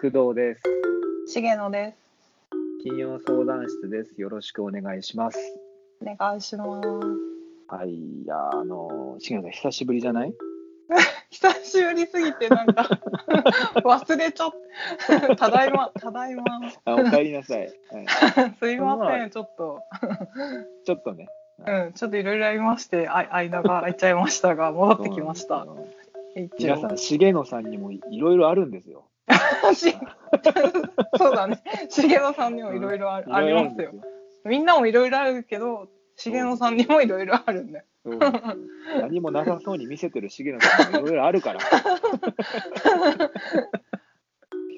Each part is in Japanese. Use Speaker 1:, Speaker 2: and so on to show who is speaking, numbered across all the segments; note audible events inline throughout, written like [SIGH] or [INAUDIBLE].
Speaker 1: 工藤です。
Speaker 2: 重野で
Speaker 1: 金曜相談室です。よろしくお願いします。
Speaker 2: す。お願いします。
Speaker 1: はい、いや、あの、しげさん、久しぶりじゃない。
Speaker 2: 久しぶりすぎてな
Speaker 1: [LAUGHS]
Speaker 2: んか忘れちゃった。ただいま、ただいま。
Speaker 1: [LAUGHS] あ、お帰りなさい。はい、
Speaker 2: すいません、ちょっと、
Speaker 1: ちょっとね。
Speaker 2: うん、ちょっといろいろありまして、あ間が空いちゃいましたが、戻ってきまし
Speaker 1: あ
Speaker 2: た。
Speaker 1: の
Speaker 2: 一
Speaker 1: 皆さ
Speaker 2: 応。
Speaker 1: ん、しげのさんにもいろい [LAUGHS] ろあるんですよ。
Speaker 2: しそうだね。重野さんにもいろいろあ
Speaker 1: い
Speaker 2: るあ
Speaker 1: ろい
Speaker 2: り
Speaker 1: ろあるん
Speaker 2: ます
Speaker 1: で
Speaker 2: よ。みんなもいろいろあるけど、重野さんにもいろいろあるんだよ。
Speaker 1: そうなんですよ。何もなさそうに見せてるしげのさんもいろいろあるから。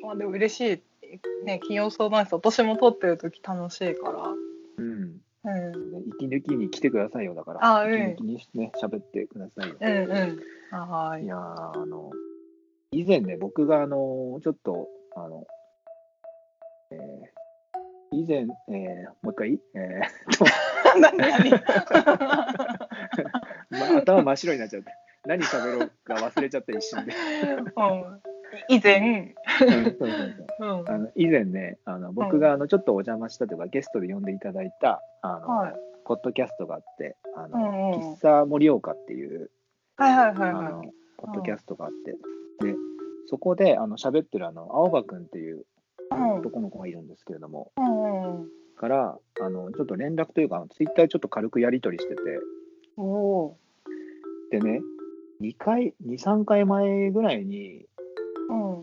Speaker 2: まあでも嬉しい。ね、金曜相談室、私も撮ってる時楽しいか
Speaker 1: [LAUGHS] うん。
Speaker 2: ら。うん。
Speaker 1: ね息抜きに来てくださいよだから。
Speaker 2: あうん
Speaker 1: 息抜きにね、喋ってくださいよ。
Speaker 2: うんうん。はいい。
Speaker 1: やーあの以前ね僕があのちょっとあの、えー以前、えーもう一回、え
Speaker 2: 何何
Speaker 1: ー [LAUGHS] ま、頭真っ白になっちゃって何喋ろうか忘れちゃった一
Speaker 2: [LAUGHS]
Speaker 1: 瞬で
Speaker 2: 以前、
Speaker 1: そうそうそう
Speaker 2: うん、
Speaker 1: あの以前ねあの僕があのちょっとお邪魔したというかゲストで呼んでいただいたあの、
Speaker 2: はい
Speaker 1: ポッドキャストがあってあの、
Speaker 2: うんうん
Speaker 1: 喫茶盛岡っていう
Speaker 2: はいはいはい
Speaker 1: あ
Speaker 2: は
Speaker 1: のポッドキャストがあって、でそこであの喋ってるあの青葉くんっていうあの
Speaker 2: うん
Speaker 1: 男の子がいるんですけれども、
Speaker 2: い。うんうん。
Speaker 1: からあのちょっと連絡というかツイッターちょっと軽くやり取りして
Speaker 2: おお
Speaker 1: てでね2回23回前ぐらいに
Speaker 2: ー。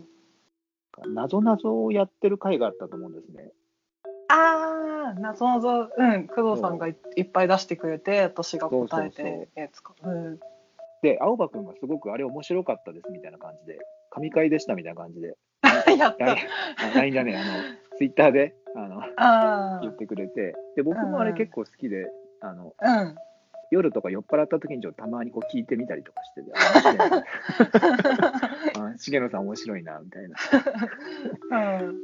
Speaker 2: うん。
Speaker 1: なぞなぞをやってる回があったと思うんですね。
Speaker 2: ああ、なぞなぞ、うん、工藤さんがいいっぱい出してくれて、私が答え
Speaker 1: そうそうそ
Speaker 2: て、やつか。うん。
Speaker 1: で青葉くんがすごくあれ面白かったですみたいな感じで神回でしたみたいな感じで
Speaker 2: やった。 [LAUGHS]
Speaker 1: LINE あ LINE じゃねえあのツイッターであの
Speaker 2: あ
Speaker 1: 言ってくれてで僕もあれ結構好きで。あの
Speaker 2: あ。うん。
Speaker 1: 夜とか酔っ払った時にちょっとたまにこう聞いてみたりとかしててあ面白いなあ重野さん面白いなみたいな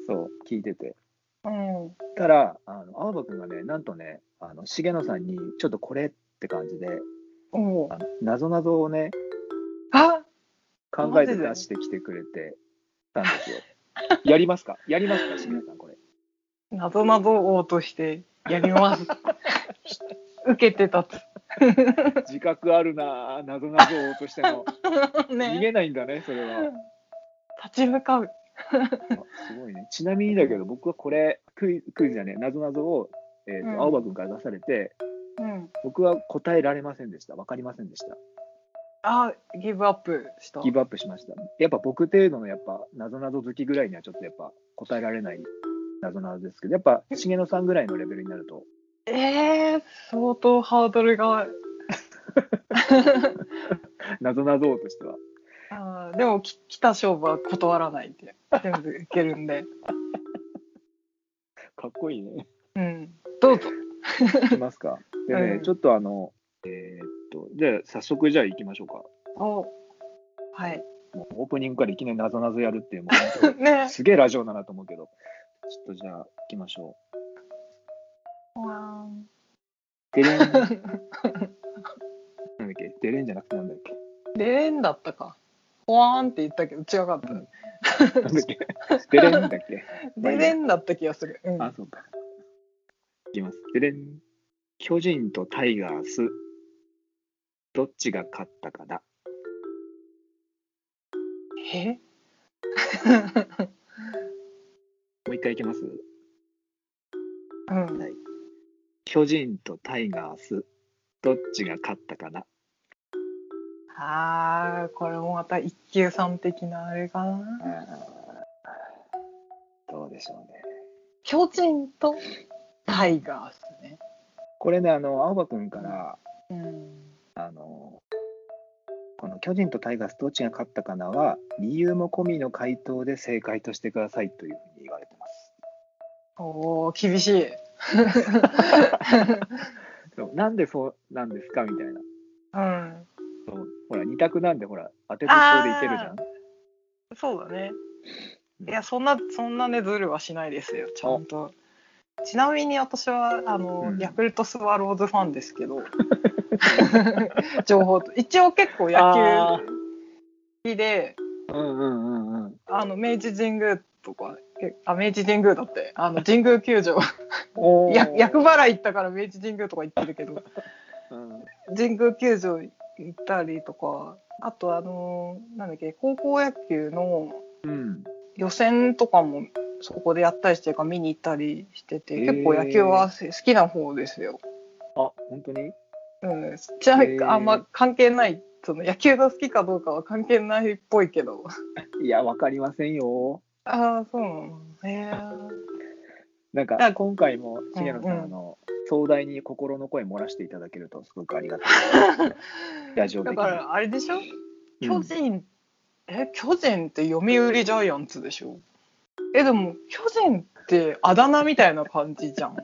Speaker 1: そう聞いてて
Speaker 2: うん。うん。
Speaker 1: たら、あの青葉くんがね、なんとね、あの重野さんにちょっとこれって感じで、
Speaker 2: おおー。
Speaker 1: なぞなぞをね、
Speaker 2: あ
Speaker 1: 考えて出してきてくれてたんです
Speaker 2: [LAUGHS]
Speaker 1: よ。やりますかやりますか、重野さん、これ。
Speaker 2: なぞなぞ王としてやります。受けてたつ。
Speaker 1: 自覚あるなぁ、なぞなぞをとしての。逃
Speaker 2: [LAUGHS] ね。
Speaker 1: げないんだね、それは。
Speaker 2: 立ち向かう。
Speaker 1: あすごいね。ちなみにだけど、僕はこれ、クイクイズじゃねえ、なぞなぞを、えーと
Speaker 2: うん
Speaker 1: 青葉くんから出されて、
Speaker 2: うん。
Speaker 1: 僕は答えられませんでした。わかりませんでした。
Speaker 2: あ、ギブアップした。
Speaker 1: ギブアップしました。やっぱ僕程度のやっぱなぞなぞ好きぐらいにはちょっとやっぱ答えられないなぞなぞですけど、やっぱ重野さんぐらいのレベルになると、
Speaker 2: えー、相当ハードルが。
Speaker 1: なぞなぞ王としては。
Speaker 2: あーでもき、来た勝負は断らないって。全部いけるんで。 [LAUGHS]
Speaker 1: かっこいいね。
Speaker 2: うん。どうぞ。
Speaker 1: いきます [LAUGHS] か。でね、
Speaker 2: うん
Speaker 1: ちょっとあの、えーっと、じゃあ早速じゃあ行きましょうか。
Speaker 2: おはい。
Speaker 1: もうオープニングからいきなりなぞなぞやるっていう、もう本当 [LAUGHS]
Speaker 2: ね
Speaker 1: に。すげえラジオだなと思うけど、ちょっとじゃあ行きましょ
Speaker 2: わ
Speaker 1: う。デレ [LAUGHS] ン、なんだっ
Speaker 2: ーん
Speaker 1: けデレンじゃなくてなんだっ
Speaker 2: レレンだったか。ほわーんって言ったけど、違かったね。
Speaker 1: けなんだっけデレンだっけまあい
Speaker 2: レ
Speaker 1: いや
Speaker 2: レンだった気がする。うん。
Speaker 1: あ、そうか。いきます。ででん。巨人とタイガース、どっちが勝ったかだ。
Speaker 2: え [LAUGHS]
Speaker 1: もう一回いきます。
Speaker 2: うん。
Speaker 1: 巨人とタイガース、どっちが勝ったかな。
Speaker 2: あー、これもまた一級さん的なあれかな。
Speaker 1: どうでしょうね。
Speaker 2: 巨人とタイガースね。
Speaker 1: これね、あの、青葉くんから、
Speaker 2: うん。
Speaker 1: あの、この巨人とタイガース、どっちが勝ったかなは、理由も込みの回答で正解としてくださいというふうに言われてます。
Speaker 2: おお厳しい。
Speaker 1: そうなんでそうなんですかみたいな。
Speaker 2: うん。
Speaker 1: そうほら、二択なんで、ほら、当てずっぽうでいけるじゃん。
Speaker 2: そうだね。いやそんなそんなねズルはしないですよちゃんと。ちなみに私はあの、
Speaker 1: うん
Speaker 2: ヤクルトスワローズファンですけ [LAUGHS] ど情報と一応結構野球好きで
Speaker 1: うんうんうんうん。
Speaker 2: あの明治神宮とか、えあ、明治神宮だって、あの、神宮球場、
Speaker 1: お
Speaker 2: や役
Speaker 1: 場、
Speaker 2: 払い行ったから明治神宮とか行ってるけど、
Speaker 1: うん、
Speaker 2: 神宮球場行ったりとか、あとあのーなんだっけ、高校野球の
Speaker 1: うん。
Speaker 2: 予選とかもそこでやったりしてるから見に行ったりしてて、
Speaker 1: へー
Speaker 2: 結構野球はせ好きな方ですよ。
Speaker 1: あ、本当に
Speaker 2: うん、ちなみ
Speaker 1: へ
Speaker 2: に
Speaker 1: ー
Speaker 2: あんま関係ない、その野球が好きかどうかは関係ないっぽいけど。
Speaker 1: いや、わかりませんよ。
Speaker 2: ああ、そうなの。へー
Speaker 1: なんか
Speaker 2: あ
Speaker 1: 今回も重野さん、
Speaker 2: うんうん
Speaker 1: あの壮大に心の声漏らしていただけるとすごくありがたい。ラジオ的
Speaker 2: だ
Speaker 1: に。
Speaker 2: からあれでしょ
Speaker 1: う
Speaker 2: 巨
Speaker 1: ん
Speaker 2: 人、え巨人って読売ジャイアンツでしょえでも巨人ってあだ名みたいな感じじゃ [LAUGHS] ん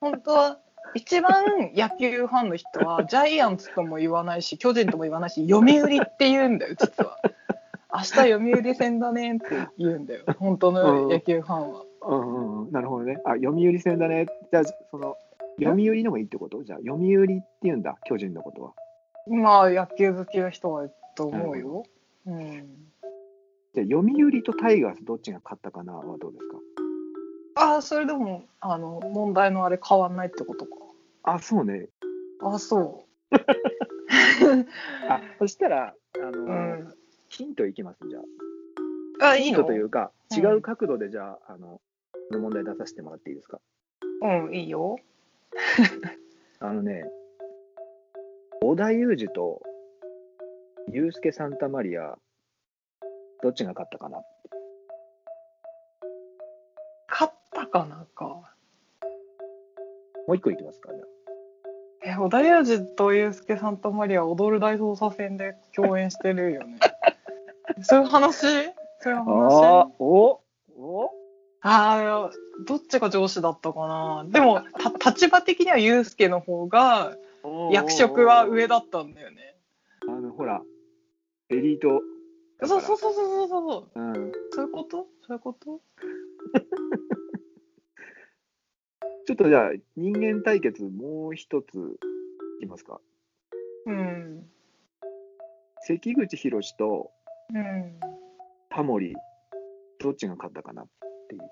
Speaker 2: 本当は一番野球ファンの人はジャイアンツとも言わないし巨人とも言わないし読売って言うんだよ実は明日読売戦だねって言うんだよ本当の野球ファンは、
Speaker 1: うんうんうん、なるほどね。あ、読売戦だね。じゃあその読売のがいいってこと？じゃあ読売って言うんだ。巨人のことは。
Speaker 2: まあ野球好きな人はと思うよ、うん、
Speaker 1: じゃあ読売とタイガースどっちが勝ったかなはどうですか？
Speaker 2: ああそれでもあの問題のあれ変わんないってことか
Speaker 1: あ、そうね。
Speaker 2: あそう
Speaker 1: あ、そしたらあの、
Speaker 2: うん
Speaker 1: ヒントいきますじゃあ。
Speaker 2: あ、い
Speaker 1: ヒ
Speaker 2: い
Speaker 1: ン
Speaker 2: の
Speaker 1: トというか
Speaker 2: うん
Speaker 1: 違う角度でじゃああのこの問題出させてもらっていいですか？
Speaker 2: うん、いいよ。
Speaker 1: あのね、織田裕二とユースケ・サンタマリア、どっちが勝ったかな
Speaker 2: 勝ったかなんか。
Speaker 1: もう一個いきますか、じゃ
Speaker 2: え、小田裕二とユースケ・サンタマリア、踊る大捜査線で共演してる
Speaker 1: [LAUGHS]
Speaker 2: よね。そういう話そういう
Speaker 1: あ。
Speaker 2: 話
Speaker 1: おお
Speaker 2: ああ、どっちが上司だったかな。でも、た立場的にはユースケの方が、役職は上だったんだよね。
Speaker 1: あの、ほら、エリートだから。
Speaker 2: そうそうそうそうそうそう。
Speaker 1: うん。
Speaker 2: そういうことそういうこと
Speaker 1: ちょっとじゃあ、人間対決、もう一ついきますか。
Speaker 2: うん。
Speaker 1: 関口宏と
Speaker 2: うん。
Speaker 1: タモリ、どっちが勝ったかなっていう。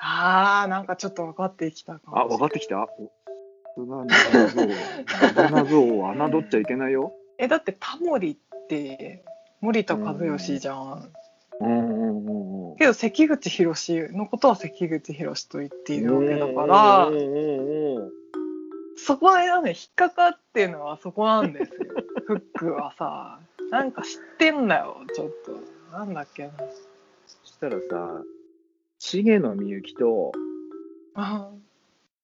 Speaker 2: ああ、なんかちょっと分かってきたかもしれない
Speaker 1: あ、分かってきたお砂像、 [LAUGHS] 砂像を侮っちゃいけないよ。
Speaker 2: えだってタモリって森田和義じゃん、
Speaker 1: うんうんうんうん。
Speaker 2: けど関口宏のことは関口宏と言っているわけだから、
Speaker 1: うんうんうんうん
Speaker 2: そこはね引っかかってるのはそこなんで
Speaker 1: [LAUGHS]
Speaker 2: すよフックはさなんか知ってんだよちょっとなんだっけな
Speaker 1: そしたらさ、重野みゆきと
Speaker 2: あ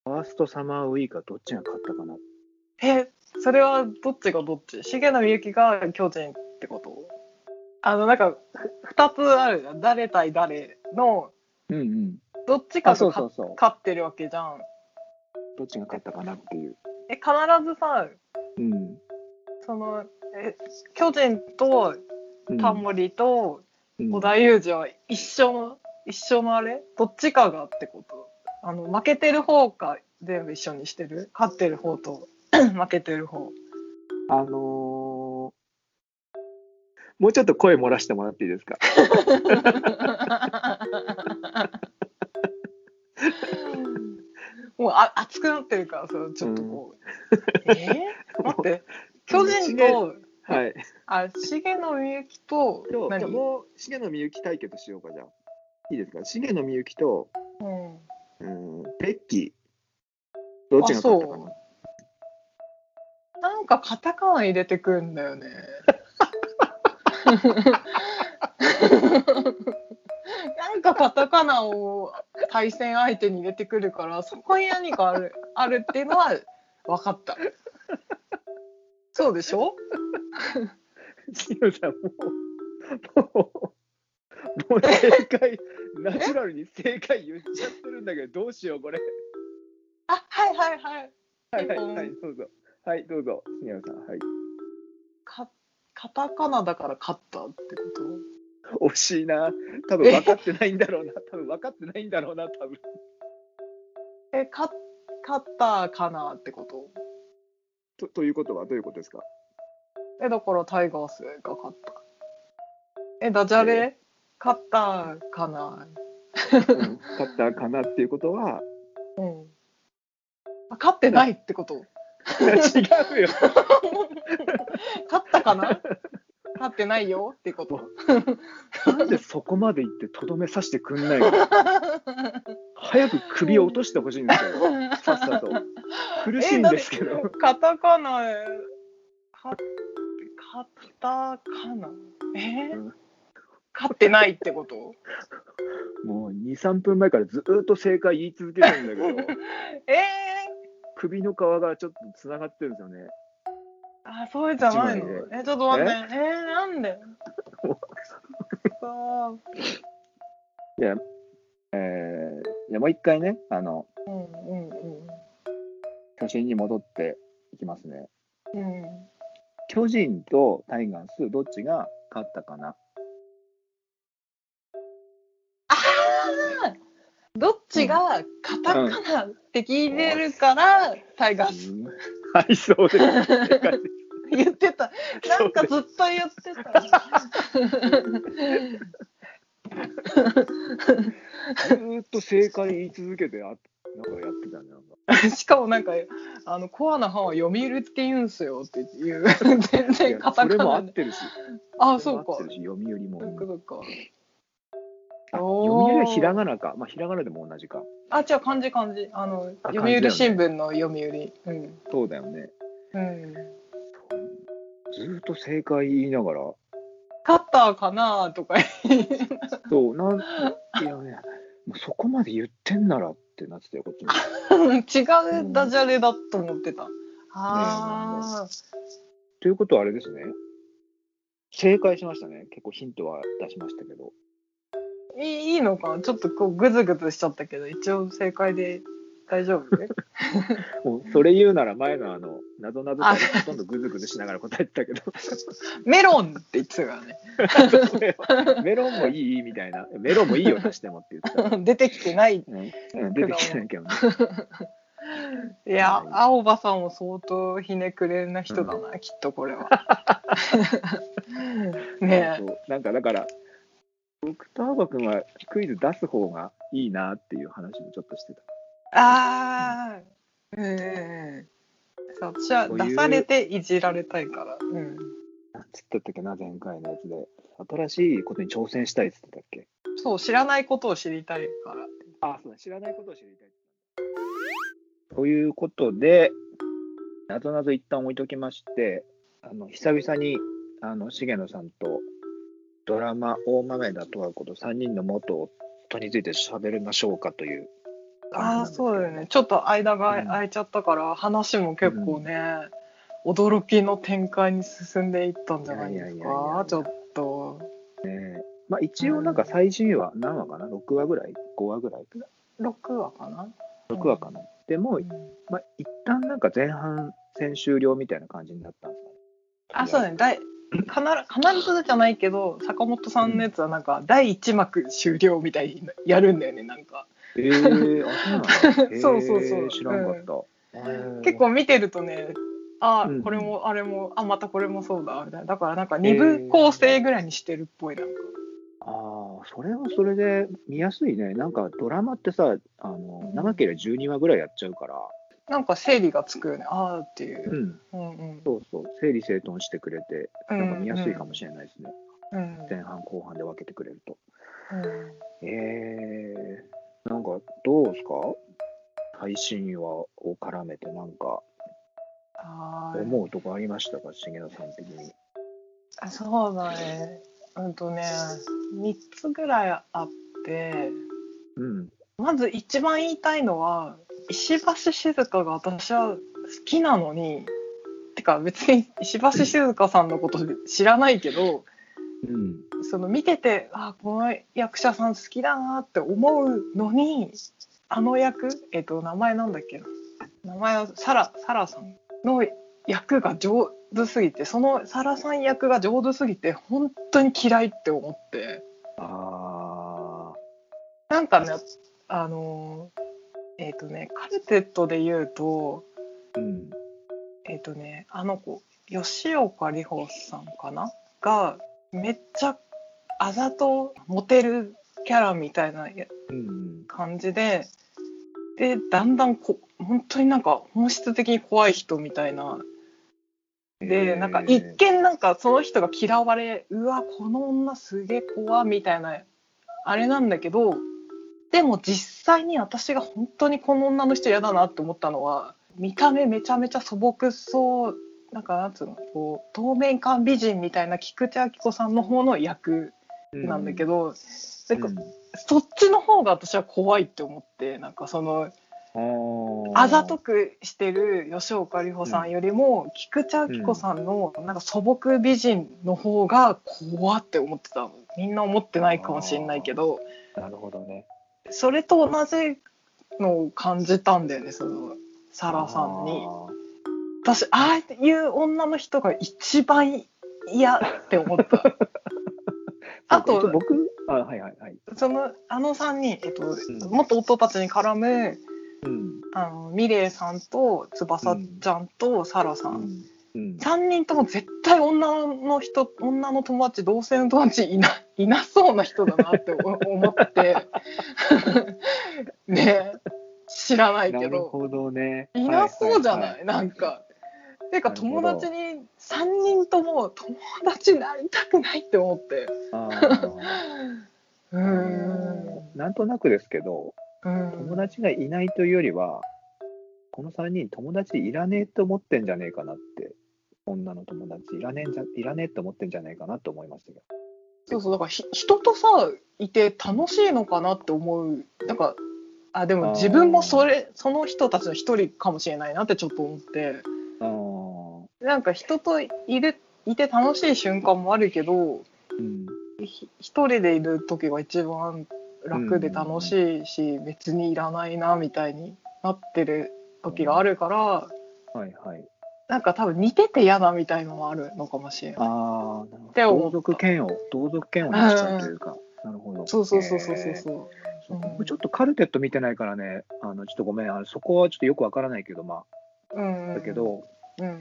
Speaker 1: ファーストサマーウイカどっちが勝ったかな
Speaker 2: [LAUGHS] えそれはどっちがどっち重野みゆきが巨人ってことあのなんか2つあるじゃん誰対誰の
Speaker 1: うんうん。
Speaker 2: どっちか
Speaker 1: あ、そう
Speaker 2: が
Speaker 1: そう
Speaker 2: 勝
Speaker 1: そう。
Speaker 2: 勝ってるわけじゃん
Speaker 1: どっちが勝ったかなっていう。
Speaker 2: え必ずさ
Speaker 1: うん。
Speaker 2: そのえ巨人と
Speaker 1: うん
Speaker 2: タモリと
Speaker 1: うん
Speaker 2: 織田裕二は一緒の一緒のあれどっちかがってことあの負けてる方か全部一緒にしてる勝ってる方と [CLEARS THROAT] 負けてる方
Speaker 1: あのー、もうちょっと声漏らしてもらっていいですか
Speaker 2: もうあ熱くなってるからさちょっとこう、えー待って巨人
Speaker 1: も
Speaker 2: と
Speaker 1: [LAUGHS] はい。
Speaker 2: あ重野みゆきと
Speaker 1: じゃあ
Speaker 2: 何、うん、
Speaker 1: もう、重野みゆき対決しようか、じゃあ。いいですか重野みゆきと、うん、ベッキー。どっちが勝ったかな
Speaker 2: なんかカタカナ入れてくんだよね。なんかカタカナを対戦相手に入れてくるからそこに何かあるあるっていうのは分かった。そうでしょ
Speaker 1: シノさんもう、もう、もう正 [LAUGHS] 解、ナチュラルに正解言っちゃってるんだけど、どうしよう、これ。
Speaker 2: あはいはいはい。
Speaker 1: はいはい
Speaker 2: ピンポン
Speaker 1: はい、どうぞ。はい、どうぞ、シノさん。はい。
Speaker 2: かカタカナだから勝ったってこと
Speaker 1: 惜しいな。多分分かってないんだろうな。 [LAUGHS] 多分分かってないんだろうな、多分。
Speaker 2: えか勝ったかなってこと
Speaker 1: と [LAUGHS] ということは、どういうことですか
Speaker 2: えだからタイガースが勝った。え、ダジャレ勝ったか
Speaker 1: う
Speaker 2: な
Speaker 1: ん勝ったかなっていうことは、
Speaker 2: うん。あ勝ってないってこと
Speaker 1: いや [LAUGHS] 違うよ。
Speaker 2: 勝ったかな勝ってないよってこと。
Speaker 1: なんでそこまで言ってとどめさしてくん
Speaker 2: [LAUGHS]
Speaker 1: ないの早く首を落としてほしいんです
Speaker 2: [LAUGHS]
Speaker 1: よ、さっさと。 [LAUGHS] 苦しいんですけ
Speaker 2: えだっ
Speaker 1: ど。
Speaker 2: てカタカナ、はカタカナえ
Speaker 1: うん
Speaker 2: 勝ってないってこと
Speaker 1: もう2、3分前からずーっと正解言い続けてるんだけど、
Speaker 2: [LAUGHS] えー、
Speaker 1: 首の皮がちょっとつながってるんですよね。
Speaker 2: あ、そうじゃない
Speaker 1: 一
Speaker 2: の
Speaker 1: 枚
Speaker 2: え、ちょっと待って。えー、な
Speaker 1: [LAUGHS]
Speaker 2: んで
Speaker 1: も
Speaker 2: そ
Speaker 1: えー、じゃあもう一回ね、あの、
Speaker 2: ううんうんうん。
Speaker 1: 巨人に戻っていきますね。
Speaker 2: うん、
Speaker 1: 巨人とタイガース、どっちが勝ったか
Speaker 2: [LAUGHS]
Speaker 1: な
Speaker 2: ああどっちがカタカナって聞いてるから、タイガース
Speaker 1: うんはい、そうです。
Speaker 2: [LAUGHS]
Speaker 1: 正解です
Speaker 2: 言ってた。なんかずっと言ってた。
Speaker 1: ずーっと正解言い続けて、あなんかやってたね。なんか
Speaker 2: [LAUGHS] しかもなんか、あの、コアなファンは読売って言うんすよっていう、全
Speaker 1: い
Speaker 2: 然
Speaker 1: や
Speaker 2: [LAUGHS] カ
Speaker 1: そ
Speaker 2: タ
Speaker 1: れ
Speaker 2: カ
Speaker 1: も合
Speaker 2: ナ
Speaker 1: っ
Speaker 2: で。
Speaker 1: てるし。
Speaker 2: あ、そうか。
Speaker 1: 合ってるし読売も。
Speaker 2: そっかそっか。
Speaker 1: あ
Speaker 2: おー
Speaker 1: 読売はひらがなか。まあ、ひらがなでも同じか。
Speaker 2: あ、違う、漢字漢字。あの、
Speaker 1: あ漢字
Speaker 2: 読
Speaker 1: だよね
Speaker 2: 売新聞の読売。うん。
Speaker 1: そうだよね。
Speaker 2: うん。
Speaker 1: ずーっと正解言いながら。
Speaker 2: カッターかなとか。 [LAUGHS]
Speaker 1: そう、なん、いやね、もうそこまで言ってんならってなってたよ、こっちも。
Speaker 2: 違うダジャレだと思ってた。ああ。
Speaker 1: ということはあれですね。正解しましたね。結構ヒントは出しましたけど。
Speaker 2: いいいいのかなちょっとこうグズグズしちゃったけど一応正解で大丈夫
Speaker 1: もうそれ言うなら前のあの、なぞなぞ
Speaker 2: あ
Speaker 1: ほとんどグズグズしながら答えてたけ
Speaker 2: メロンって言ってたからね
Speaker 1: ど、それはメロンもいいみたいな、メロンもいいよ、足してもって言ってたから。 [LAUGHS]
Speaker 2: 出てきてないい
Speaker 1: うん、出てきてないけどね。
Speaker 2: や
Speaker 1: はい
Speaker 2: 青葉さんも相当ひねくれな人だな、きっとこ
Speaker 1: [LAUGHS]
Speaker 2: れはね
Speaker 1: そうなんかだから、僕と青葉君はクイズ出す方がいいなっていう話もちょっとしてた。
Speaker 2: えああうんうんうんそう私は
Speaker 1: こういう
Speaker 2: 出されていじられたいからうん
Speaker 1: なんつったったっけな、前回のやつで。新しいことに挑戦したいっつってたっけ
Speaker 2: そう知らないことを知りたいから
Speaker 1: あ、そうだ、知らないことを知りたい。ということで、なぞなぞ一旦置いときまして、あの久々にあの重野さんとドラマ「大豆田とはこと3人の元夫について喋りましょうかという
Speaker 2: あ
Speaker 1: 感じなん
Speaker 2: あ
Speaker 1: ですけど
Speaker 2: そうだよねちょっと間が
Speaker 1: うん
Speaker 2: 空いちゃったから、話も結構ね、驚きの展開に進んでいったんじゃないです
Speaker 1: いやいやいやいや
Speaker 2: かちょっと
Speaker 1: まあ、一応なんか最終話何話かな6話ぐらい5話ぐらい
Speaker 2: 6話かな、
Speaker 1: 6話かな、でも、まあ、一旦なんか前半戦終了みたいな感じになったんですかね
Speaker 2: あそうだね第必必ずじゃないけど坂本さんのやつはなんか第1幕終了みたいにやるんだよねなんか
Speaker 1: えー、あそうなの、
Speaker 2: [LAUGHS]
Speaker 1: えー、
Speaker 2: そうそうそう
Speaker 1: 知らんかった、えー
Speaker 2: 結構見てるとねあ
Speaker 1: うん
Speaker 2: あこれもあれもあまたこれもそうだみたいなだからなんか
Speaker 1: え
Speaker 2: 2
Speaker 1: ー
Speaker 2: 部構成ぐらいにしてるっぽいなんか、
Speaker 1: ああそれはそれで見やすいねなんかドラマってさあの長ければ12話ぐらいやっちゃうから、
Speaker 2: なんか整理がつくよねああっていう、
Speaker 1: ん、
Speaker 2: うんうん、
Speaker 1: そうそう整理整頓してくれてなんか見やすいかも
Speaker 2: し
Speaker 1: しれないですね、
Speaker 2: れない。うん
Speaker 1: 前半後半で分けてくれると
Speaker 2: うん
Speaker 1: えー、なんかどうですか配信話を絡めてなんか
Speaker 2: はーい
Speaker 1: 思うとこありましたか重野さん的に。
Speaker 2: あそうだね。うんとね、3つぐらいあって、
Speaker 1: うん。
Speaker 2: まず一番言いたいのは、石橋静香が私は好きなのに、てか別に石橋静香さんのこと知らないけど、
Speaker 1: うん。
Speaker 2: その見てて、あ、この役者さん好きだなって思うのに、あの役、えっ、と、名前なんだっけな。名前はサラ、サラさんの役が上手すぎて、そのサラさん役が上手すぎて、本当に嫌いって思って。
Speaker 1: ああ。
Speaker 2: なんかね、あのー、えっ、とね、カルテットで言うと、
Speaker 1: うん。
Speaker 2: えっ、とね、あの子、吉岡里帆さんかなが、めっちゃあざとモテるキャラみたいなや
Speaker 1: うん。
Speaker 2: 感じで、で、だんだんこ、本当になんか本質的に怖い人みたいな。で、なんか一見なんかその人が嫌われ、うわ、この女すげえ怖みたいな、あれなんだけど、でも実際に私が本当にこの女の人嫌だなって思ったのは、見た目めちゃめちゃ素朴そう、なんかなんつうの、こう、透明感美人みたいな菊池亜希子さんの方の役なんだけ
Speaker 1: ど、
Speaker 2: ど、なんか
Speaker 1: うん
Speaker 2: そっちの方が私は怖いって思ってなんかそのあざと、くしてる吉岡里帆さんよりも、菊池亜希子さんのなんか素朴美人の方が怖って思ってたのみんな思ってないかもしれないけど
Speaker 1: あーなるほどね。
Speaker 2: それと同じのを感じたんだよねそのサラさんに
Speaker 1: あ。
Speaker 2: 私ああいう女の人が一番嫌って
Speaker 1: [LAUGHS]
Speaker 2: 思った
Speaker 1: ー。
Speaker 2: あ
Speaker 1: そうか
Speaker 2: と
Speaker 1: 僕、あ、はいはいはい。
Speaker 2: そのあの3人、えっと
Speaker 1: ん
Speaker 2: 元夫たちに絡む
Speaker 1: うん。
Speaker 2: あのミレイさんと翼ちゃんとサラさん、
Speaker 1: うん。
Speaker 2: 3人とも絶対女の人女の友達同性の友達いないなそうな人だなって思思って [LAUGHS] ねえ知らない
Speaker 1: な
Speaker 2: け
Speaker 1: る
Speaker 2: ど
Speaker 1: ほどね。
Speaker 2: いなそうじゃ
Speaker 1: は
Speaker 2: ない,、
Speaker 1: はは
Speaker 2: なんか。ていうか
Speaker 1: なるほ
Speaker 2: 友
Speaker 1: ど
Speaker 2: 達に3人とも友達になりたくないって思ってう [LAUGHS]
Speaker 1: あー
Speaker 2: ーん
Speaker 1: なんとなくですけど、友達がいないというよりは、この3人、友達いらねえと思ってんじゃねえかなって、女の友達いらねえんじゃいらねえと思ってんじゃねえかなと思いましたけど。
Speaker 2: そうそうだからひ人とさいて楽しいのかなって思うなんかあで
Speaker 1: あ
Speaker 2: も
Speaker 1: ー
Speaker 2: 自分もそれその人たちの一人かもしれないなってちょっと思って
Speaker 1: あー
Speaker 2: なんか人といるいて楽しい瞬間もあるけど
Speaker 1: うん
Speaker 2: ひ一人でいる時が一番楽で楽しいし、別にいらないなみたいになってる時があるから、
Speaker 1: はいはい。
Speaker 2: なんか多分似てて嫌だみたいのもあるのかもしれない。
Speaker 1: ああ、なるほ
Speaker 2: て
Speaker 1: ど。
Speaker 2: 思
Speaker 1: 同
Speaker 2: った
Speaker 1: 族嫌悪、同族嫌悪になっちゃうというか。なるほど。
Speaker 2: そうそうそうそうそう
Speaker 1: へー
Speaker 2: そう。
Speaker 1: そう
Speaker 2: うん
Speaker 1: 僕ちょっとカルテット見てないからね、あのちょっとごめん、あのそこはちょっとよくわからないけど、ま
Speaker 2: うんう
Speaker 1: あ、
Speaker 2: ん
Speaker 1: だけど、
Speaker 2: うん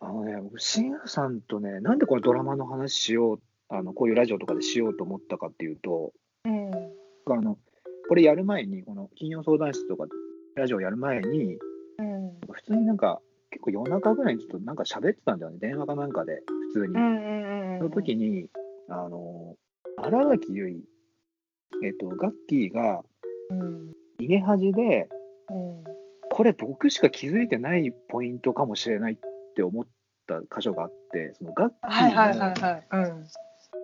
Speaker 1: あのね、僕、慎吾さんとね、なんでこれドラマの話しよう、あのこういうラジオとかでしようと思ったかっていうと、
Speaker 2: うん
Speaker 1: あのこれやる前に、この金曜相談室とか、ラジオやる前に、
Speaker 2: うん
Speaker 1: 普通になんか、結構夜中ぐらいにちょっとなんか喋ってたんだよね、電話かなんかで、普通に。そ
Speaker 2: の
Speaker 1: の時に、あの、新垣結衣、えっと、ガッキーが
Speaker 2: うん
Speaker 1: 逃げ恥で、
Speaker 2: うん
Speaker 1: これ僕しか気づいてないポイントかもしれないって思った箇所があって、そのガッキ
Speaker 2: はいはい
Speaker 1: ー
Speaker 2: は
Speaker 1: の
Speaker 2: いはい。うん。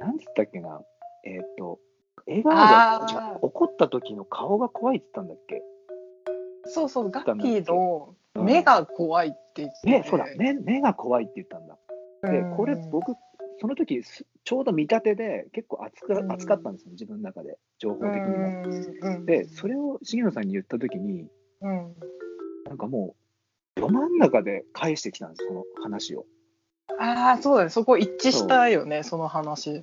Speaker 1: なんつったっけな、えーっ、と、笑顔が
Speaker 2: あ、ー
Speaker 1: じゃ怒った時の顔が怖いって言ったんだっけ
Speaker 2: そうそう、ガッキーの目
Speaker 1: が、
Speaker 2: が怖いって言ってて。
Speaker 1: 目、そうだ、目、目が怖いって言ったんだ。で、これ
Speaker 2: うん、
Speaker 1: 僕、その時すちょうど見立てで結構熱く
Speaker 2: うん
Speaker 1: 熱かったんですよ、自分の中で、情報
Speaker 2: う
Speaker 1: 的にも。
Speaker 2: ん。
Speaker 1: で、それを重野さんに言った時に、
Speaker 2: うん。
Speaker 1: なんかもう、ど真ん中で返してきたんです、その話を。
Speaker 2: ああ、そうだね。そこ一致したよね、その話。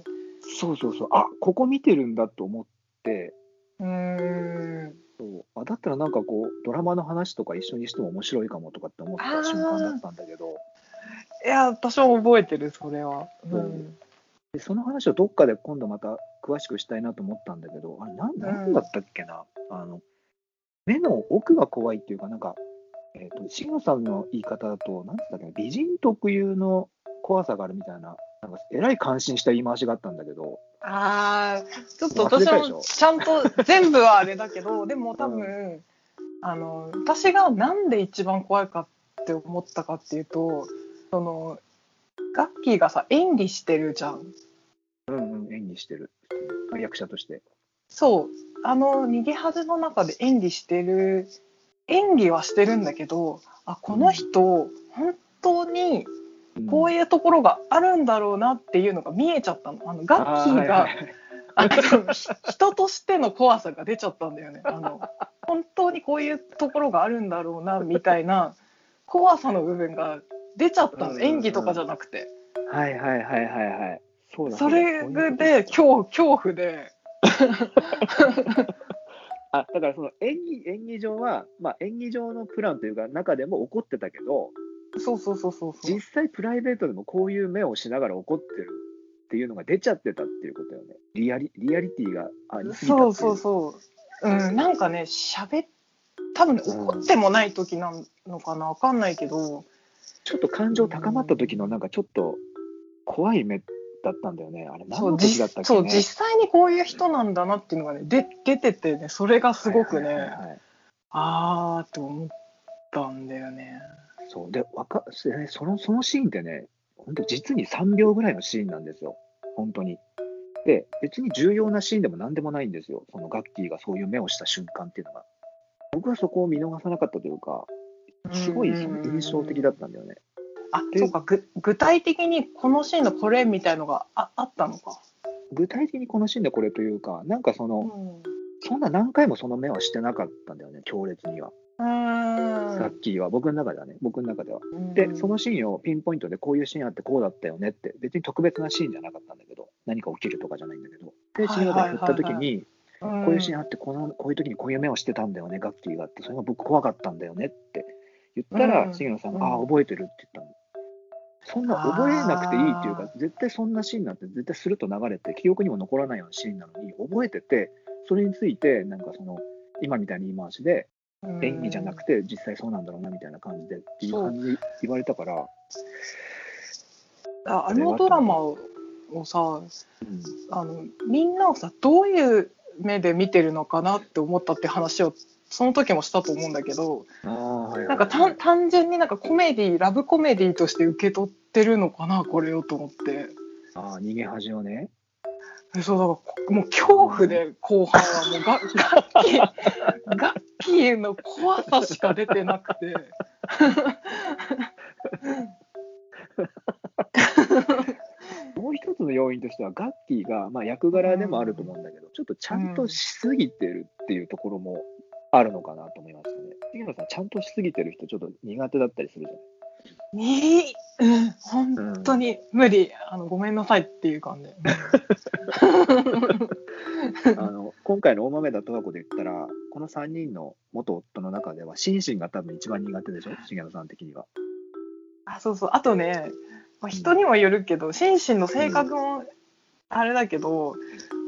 Speaker 1: そうそうそう、あここ見てるんだと思って、
Speaker 2: うーん。
Speaker 1: そうあだったらなんかこうドラマの話とか一緒にしても面白いかもとかって思った
Speaker 2: あー
Speaker 1: 瞬間だったんだけど
Speaker 2: いや、私も覚えてる、それは。うん。
Speaker 1: でその話をどっかで今度また詳しくしたいなと思ったんだけどあれなんなんだったっけな、あの目の奥が怖いっていうかなんか、えー、とシグさんの言い方だとなんつったっけな美人特有の怖さがあるみたいななんかえらい感心した言い回しがあったんだけど
Speaker 2: ああ、ちょっと
Speaker 1: 忘れ
Speaker 2: 私
Speaker 1: たでしょ
Speaker 2: もちゃんと全部はあれだけど、 [LAUGHS] でも多分、あの、私がなんで一番怖いかって思ったかっていうと、その、ガッキーがさ、演技してるじゃん。
Speaker 1: うんうん演技してる役者として。
Speaker 2: そう。あの、逃げ恥の中で演技してる、演技はしてるんだけど、あ、この人、本当に
Speaker 1: ん
Speaker 2: こういうところがあるんだろうなっていうのが見えちゃったの。あの、ガッキー
Speaker 1: あーは
Speaker 2: が
Speaker 1: い、はい
Speaker 2: あのひ人としての怖さが出ちゃったんだよね。あの本当にこういうところがあるんだろうなみたいな怖さの部分が出ちゃった
Speaker 1: うんうん
Speaker 2: の
Speaker 1: うん
Speaker 2: 演技とかじゃなくて
Speaker 1: はいはいはいはいはい。そうだ
Speaker 2: それで
Speaker 1: 日
Speaker 2: 恐恐怖で
Speaker 1: あだからその演技演技上は、まあ、演技上のプランというか中でも怒ってたけど
Speaker 2: そうそうそうそうそう
Speaker 1: 実際プライベートでもこういう目をしながら怒ってるっていうのが出ちゃってたっていうことよね。リアリリアリティがありすぎたってい
Speaker 2: そうそうそう。うん、なんかね、喋っ、多分ね
Speaker 1: うん
Speaker 2: 怒ってもない時なのかな、わかんないけど、
Speaker 1: ちょっと感情高まった時のなんかちょっと怖い目だったんだよね。あれ何の時だ
Speaker 2: 実
Speaker 1: ったっけ、ね、
Speaker 2: そう実際にこういう人なんだなっていうのがね、で出ててね、それがすごくね、
Speaker 1: はいはいはいはい
Speaker 2: あーって思ったんだよね。
Speaker 1: そうでわかそそのそのシーンってね、本当実に3秒ぐらいのシーンなんですよ、本当に。で、別に重要なシーンでも何でもないんですよ、そのガッキーがそういう目をした瞬間っていうのが。僕はそこを見逃さなかったというか、すごいその印象的だったんだよね。
Speaker 2: あ
Speaker 1: で
Speaker 2: そうかぐ具体的にこのシーンのこれみたいのがああったのか、
Speaker 1: 具体的にこのシーンでこれというか、なんかその、
Speaker 2: ん、う
Speaker 1: そんな何回もその目はしてなかったんだよね、強烈には。ガッキーは、僕の中ではね、僕の中では。
Speaker 2: ーん
Speaker 1: で、そのシーンをピンポイントでこういうシーンあってこうだったよねって、別に特別なシーンじゃなかったんだけど、何か起きるとかじゃないんだけど、で、シーンごとに振った時
Speaker 2: はいはい
Speaker 1: に、こ
Speaker 2: こ
Speaker 1: ういうシーン
Speaker 2: ン
Speaker 1: あってこの、こういう時にこういう目をしてたんだよね、ガッキーがって、それが僕怖かったんだよねって言った
Speaker 2: うん
Speaker 1: ら、杉野さん
Speaker 2: うん
Speaker 1: が、ああ、覚えてるって言ったの。そんな覚えなくていいっていう
Speaker 2: あ
Speaker 1: か、絶対そんなシーンなんて、絶対すると流れて、記憶にも残らないようなシーンなのに、覚えてて、それについて、なんかその、今みたいに言い回しで、演技じゃなくて実際そうなんだろうなみたいな感じでっていう感じで言われたから、
Speaker 2: ああのドラマをさ
Speaker 1: うん
Speaker 2: あのみんなをさどういう目で見てるのかなって思ったって話をその時もしたと思うんだけどなんか単単純になんかコメディラブコメディとして受け取ってるのかなこれをと思って
Speaker 1: あー逃げ恥をね
Speaker 2: えそうだからこもう恐怖で後半はもうガガッキーガッキーの怖さしか出てなく [LAUGHS] て
Speaker 1: もう一つの要因としてはガッキーが、まあ、役柄でもあると思うんだけど、ちょっとちゃんとしすぎてるっていうところもあるのかなと思いましたね。杉野さんちゃんとしすぎてる人ちょっと苦手だったりするじ
Speaker 2: にうん
Speaker 1: ゃない、
Speaker 2: 本当に無理あのごめんなさいっていう感じ。
Speaker 1: あの今回の大豆田十和子で言ったらこの3人の元夫の中ではシンシンが多分一番苦手でしょ杉野さん的には。
Speaker 2: [LAUGHS] あそうそうあとね、まあ、人にもよるけど心身の性格もあれだけど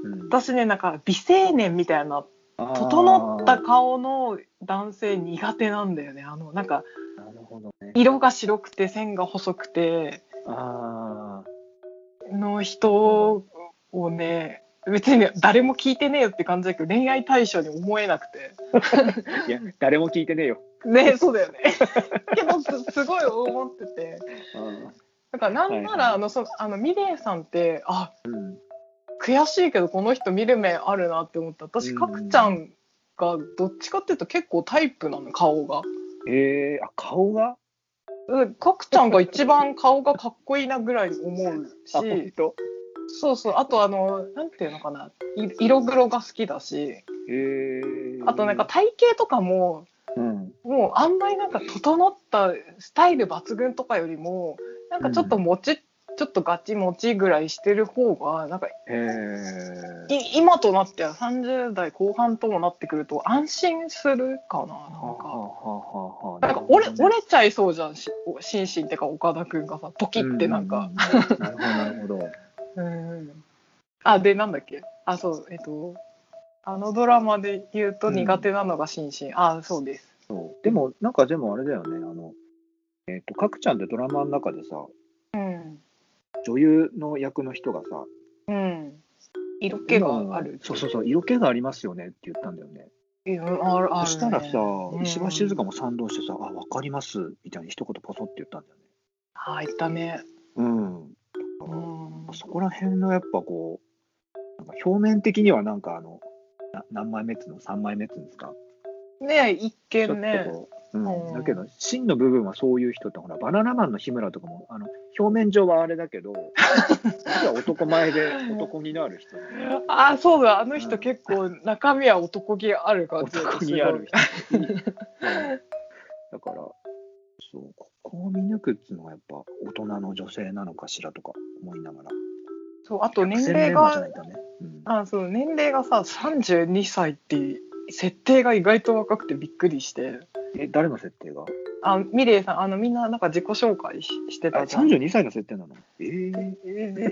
Speaker 1: うん
Speaker 2: 私ねなんか美青年みたいな
Speaker 1: あー
Speaker 2: 整った顔の男性苦手なんだよねあのなんか
Speaker 1: なるほどね。
Speaker 2: 色が白くて線が細くて
Speaker 1: あー
Speaker 2: の人をね別にね誰も聞いてねえよって感じだけど恋愛対象に思えなくて
Speaker 1: いや誰も聞いてねえよ。
Speaker 2: ねそうだよねけどすす [LAUGHS] ごい思っててだからなん
Speaker 1: は
Speaker 2: な
Speaker 1: いはい
Speaker 2: らあのそあのミレイさんってあ
Speaker 1: うん、
Speaker 2: 悔しいけどこの人見る目あるなって思った私
Speaker 1: うん
Speaker 2: 角ちゃんがどっちかっていうと結構タイプなの顔が
Speaker 1: えー、あ顔が
Speaker 2: うん角ちゃんが一番顔がかっこいいなぐらいに思う
Speaker 1: あ本
Speaker 2: し
Speaker 1: 当
Speaker 2: そうそうあとあのなんていうのかない色黒が好きだし
Speaker 1: えー、
Speaker 2: あとなんか、体型とかも
Speaker 1: うん、
Speaker 2: もうあんまりなんか整ったスタイル抜群とかよりもなんかちょっともち、ちょっとガチもちぐらいしてる方がなんか
Speaker 1: えー、
Speaker 2: い今となっては30代後半ともなってくると安心するかな
Speaker 1: は
Speaker 2: なん
Speaker 1: は
Speaker 2: か。
Speaker 1: はは
Speaker 2: なんか折れ折れちゃいそうじゃんしお心身ってか岡田君がさポキってなんか、、
Speaker 1: うなるほどなるほど
Speaker 2: うんあでなんだっけあそうえっとあのドラマで言うと苦手なのが心身、あそうです
Speaker 1: そうでもなんかでもあれだよねあのえっ、とかくちゃんってドラマの中でさ
Speaker 2: うん
Speaker 1: 女優の役の人がさ
Speaker 2: うん色気がある
Speaker 1: 今そうそうそう色気がありますよねって言ったんだよね
Speaker 2: うんあるあるね
Speaker 1: そしたらさ、
Speaker 2: ん
Speaker 1: 石橋静香も賛同してさ「あ分かります」みたいに一言ポソって言ったんだよね
Speaker 2: あいたね
Speaker 1: うん
Speaker 2: うん
Speaker 1: そこら辺のやっぱこう、なんか表面的にはなんかあの、な何枚目っつうの ?3 枚目っつうんですか
Speaker 2: ね一
Speaker 1: ちょ
Speaker 2: 見
Speaker 1: っ
Speaker 2: ね
Speaker 1: とこう、うん
Speaker 2: うん
Speaker 1: だけど、真の部分はそういう人って、ほら、バナナマンの日村とかも、あの表面上はあれだけど、実は男前
Speaker 2: [LAUGHS]
Speaker 1: で男気のある人、
Speaker 2: あそうだあの
Speaker 1: う
Speaker 2: 人
Speaker 1: ん
Speaker 2: 結構中身は男気ある感じ
Speaker 1: 男気ある人。うんだから、そう、ここを見抜くっつうのはやっぱ大人の女性なのかしらとか思いながら。
Speaker 2: そうあと年
Speaker 1: 専
Speaker 2: 齢
Speaker 1: 門家じゃ
Speaker 2: が
Speaker 1: ないとね。うん
Speaker 2: あそう年齢がさ32歳って設定が意外と若くてびっくりして
Speaker 1: え、誰の設定が
Speaker 2: ああ、ミレイさん、あの、みんななんか自己紹介しして
Speaker 1: あ
Speaker 2: たじゃん。
Speaker 1: 32歳の設定なのえ